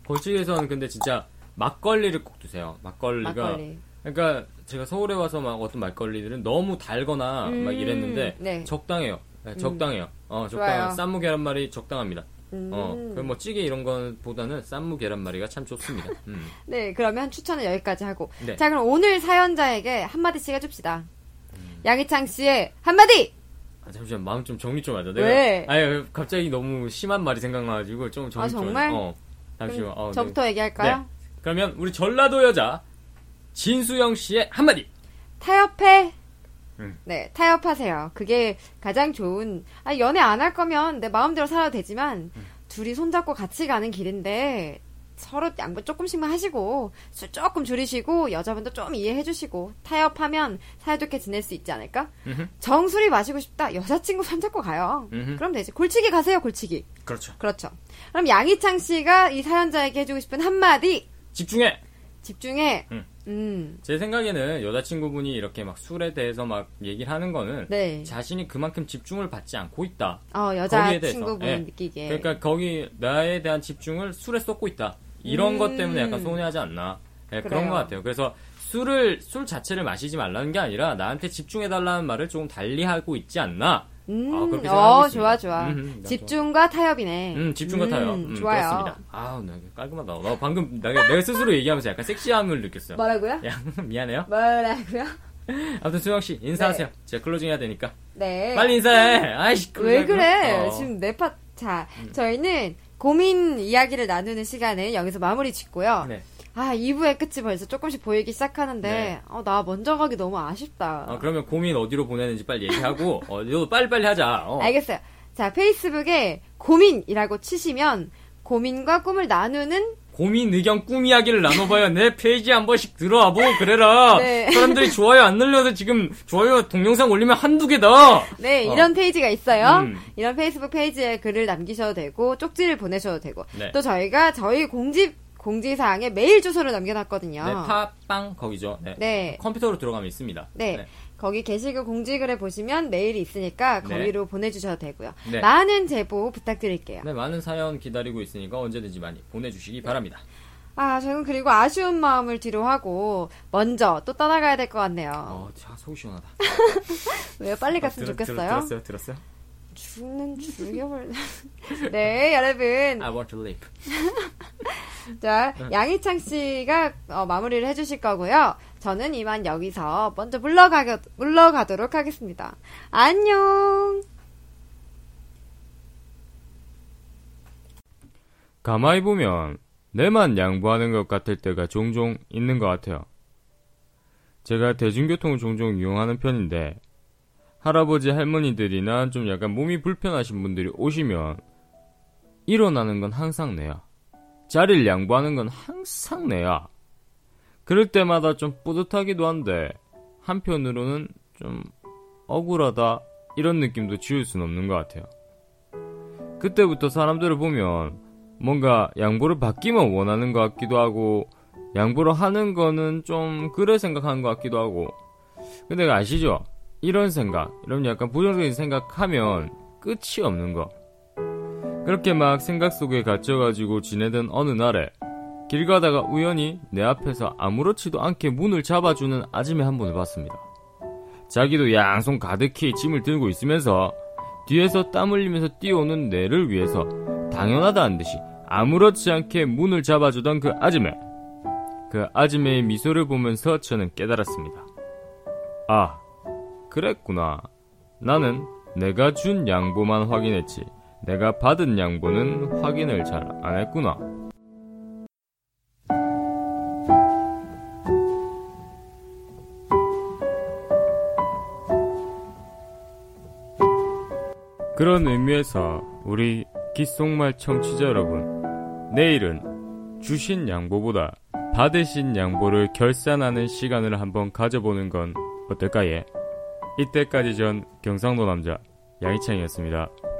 [SPEAKER 1] 골치에서는 근데 진짜 막걸리를 꼭 드세요. 막걸리가
[SPEAKER 2] 막걸리.
[SPEAKER 1] 그러니까 제가 서울에 와서 막 어떤 막걸리들은 너무 달거나
[SPEAKER 2] 음,
[SPEAKER 1] 막 이랬는데
[SPEAKER 2] 네.
[SPEAKER 1] 적당해요. 네, 적당해요. 어,
[SPEAKER 2] 좋아요.
[SPEAKER 1] 적당한 쌈무 계란말이 적당합니다.
[SPEAKER 2] 음.
[SPEAKER 1] 어, 그럼 뭐 찌개 이런 거보다는 쌈무 계란말이가 참 좋습니다. 음.
[SPEAKER 2] 네, 그러면 추천은 여기까지 하고.
[SPEAKER 1] 네.
[SPEAKER 2] 자, 그럼 오늘 사연자에게 한마디씩 해줍시다.
[SPEAKER 1] 음.
[SPEAKER 2] 양희창 씨의 한마디!
[SPEAKER 1] 아, 잠시만 마음 좀 정리 좀 하자. 내가
[SPEAKER 2] 왜?
[SPEAKER 1] 아니 갑자기 너무 심한 말이 생각나가지고 좀 정리
[SPEAKER 2] 아,
[SPEAKER 1] 좀.
[SPEAKER 2] 정말?
[SPEAKER 1] 하자. 어. 잠시만.
[SPEAKER 2] 그럼
[SPEAKER 1] 어, 네.
[SPEAKER 2] 저부터 얘기할까요?
[SPEAKER 1] 그러면 우리 전라도 여자 진수영 씨의 한마디.
[SPEAKER 2] 타협해!
[SPEAKER 1] 음.
[SPEAKER 2] 네, 타협하세요. 그게 가장 좋은, 아 연애 안 할 거면 내 마음대로 살아도 되지만, 둘이 손잡고 같이 가는 길인데, 서로 양보 조금씩만 하시고, 술 조금 줄이시고, 여자분도 좀 이해해주시고, 타협하면 사이좋게 지낼 수 있지 않을까? 정수리 마시고 싶다? 여자친구 손잡고 가요.
[SPEAKER 1] 음흠.
[SPEAKER 2] 그럼 되지. 골치기 가세요, 골치기.
[SPEAKER 1] 그렇죠.
[SPEAKER 2] 그렇죠. 그럼 양희창 씨가 이 사연자에게 해주고 싶은 한마디
[SPEAKER 1] 집중해.
[SPEAKER 2] 집중해.
[SPEAKER 1] 음.
[SPEAKER 2] 음.
[SPEAKER 1] 제 생각에는 여자친구분이 이렇게 막 술에 대해서 막 얘기를 하는 거는
[SPEAKER 2] 네.
[SPEAKER 1] 자신이 그만큼 집중을 받지 않고 있다.
[SPEAKER 2] 어
[SPEAKER 1] 거기에 대해서.
[SPEAKER 2] 여자친구분
[SPEAKER 1] 예.
[SPEAKER 2] 느끼기에.
[SPEAKER 1] 그러니까 거기 나에 대한 집중을 술에 쏟고 있다. 이런 것 때문에 약간 손해하지 않나. 예, 그런
[SPEAKER 2] 음. 그래요.
[SPEAKER 1] 것 같아요. 그래서 술을 술 자체를 마시지 말라는 게 아니라 나한테 집중해 달라는 말을 조금 달리하고 있지 않나.
[SPEAKER 2] 음,
[SPEAKER 1] 아, 그렇게
[SPEAKER 2] 어,
[SPEAKER 1] 생각하고
[SPEAKER 2] 좋아,
[SPEAKER 1] 있습니다.
[SPEAKER 2] 좋아.
[SPEAKER 1] 음, 음, 나
[SPEAKER 2] 집중과 타협이네.
[SPEAKER 1] 음, 집중 같아요.
[SPEAKER 2] 음,
[SPEAKER 1] 음,
[SPEAKER 2] 좋아요.
[SPEAKER 1] 그렇습니다. 아, 나 깔끔하다. 나 방금 내가, 내가 스스로 얘기하면서 약간 섹시함을 느꼈어요.
[SPEAKER 2] 뭐라고요?
[SPEAKER 1] 야, 미안해요.
[SPEAKER 2] 뭐라고요?
[SPEAKER 1] 아무튼 수영 씨 인사하세요. 제가 클로징 해야 되니까.
[SPEAKER 2] 네.
[SPEAKER 1] 빨리 인사해. 아이씨.
[SPEAKER 2] 왜
[SPEAKER 1] 클로징
[SPEAKER 2] 그래?
[SPEAKER 1] 하고. 어. 음.
[SPEAKER 2] 지금 내 팟. 자, 저희는 고민 이야기를 나누는 시간을 여기서 마무리 짓고요.
[SPEAKER 1] 네.
[SPEAKER 2] 아, 2부의 끝이 벌써 조금씩 보이기 시작하는데,
[SPEAKER 1] 네.
[SPEAKER 2] 어, 나 먼저 가기 너무 아쉽다.
[SPEAKER 1] 어, 그러면 고민 어디로 보내는지 빨리 얘기하고 어, 이거 빨리빨리 하자. 어.
[SPEAKER 2] 알겠어요. 자, 페이스북에 고민이라고 치시면, 고민과 꿈을 나누는,
[SPEAKER 1] 고민 의견 꿈 이야기를 나눠봐요. 내 페이지 한 번씩 들어와 보고 그래라.
[SPEAKER 2] 네.
[SPEAKER 1] 사람들이 좋아요 안 눌려도 지금 좋아요 동영상 올리면 한두 개다.
[SPEAKER 2] 네,
[SPEAKER 1] 어.
[SPEAKER 2] 이런 페이지가 있어요.
[SPEAKER 1] 음.
[SPEAKER 2] 이런 페이스북 페이지에 글을 남기셔도 되고, 쪽지를 보내셔도 되고,
[SPEAKER 1] 네.
[SPEAKER 2] 또 저희가 저희 공지, 공지사항에 메일 주소를 남겨놨거든요.
[SPEAKER 1] 네, 팝빵 거기죠. 네.
[SPEAKER 2] 아. 네.
[SPEAKER 1] 컴퓨터로 들어가면 있습니다.
[SPEAKER 2] 네. 거기 게시글 공지글에 보시면 메일이 있으니까
[SPEAKER 1] 네.
[SPEAKER 2] 거기로 보내주셔도 되고요.
[SPEAKER 1] 네.
[SPEAKER 2] 많은 제보 부탁드릴게요.
[SPEAKER 1] 네, 많은 사연 기다리고 있으니까 언제든지 많이 보내주시기 바랍니다.
[SPEAKER 2] 아, 저는 그리고 아쉬운 마음을 뒤로 하고 먼저 또 떠나가야 될 것 같네요.
[SPEAKER 1] 어, 자, 속이 시원하다.
[SPEAKER 2] 왜요? 빨리 갔으면 좋겠어요.
[SPEAKER 1] 들었어요, 들었어요.
[SPEAKER 2] 죽는 죽여버려. 네, 여러분.
[SPEAKER 1] I want to live.
[SPEAKER 2] 자, 양희창 씨가 어, 마무리를 해주실 거고요. 저는 이만 여기서 먼저 물러가, 물러가도록 하겠습니다. 안녕!
[SPEAKER 1] 가만히 보면 내만 양보하는 것 같을 때가 종종 있는 것 같아요. 제가 대중교통을 종종 이용하는 편인데 할아버지 할머니들이나 좀 약간 몸이 불편하신 분들이 오시면 일어나는 건 항상 내야. 자리를 양보하는 건 항상 내야. 그럴 때마다 좀 뿌듯하기도 한데 한편으로는 좀 억울하다 이런 느낌도 지울 순 없는 것 같아요. 그때부터 사람들을 보면 뭔가 양보를 받기만 원하는 것 같기도 하고 양보를 하는 거는 좀 그래 생각하는 것 같기도 하고 근데 아시죠? 이런 생각, 이런 약간 부정적인 생각하면 끝이 없는 거. 그렇게 막 생각 속에 갇혀가지고 지내던 어느 날에 길 가다가 우연히 내 앞에서 아무렇지도 않게 문을 잡아주는 아줌이 한 분을 봤습니다. 자기도 양손 가득히 짐을 들고 있으면서 뒤에서 땀 흘리면서 뛰어오는 내를 위해서 당연하다는 듯이 아무렇지 않게 문을 잡아주던 그 아줌매. 그 아줌매의 미소를 보면서 저는 깨달았습니다. 아, 그랬구나. 나는 내가 준 양보만 확인했지. 내가 받은 양보는 확인을 잘 안 했구나. 그런 의미에서 우리 귓속말 청취자 여러분, 내일은 주신 양보보다 받으신 양보를 결산하는 시간을 한번 가져보는 건 어떨까예? 이때까지 전 경상도 남자 양희창이었습니다.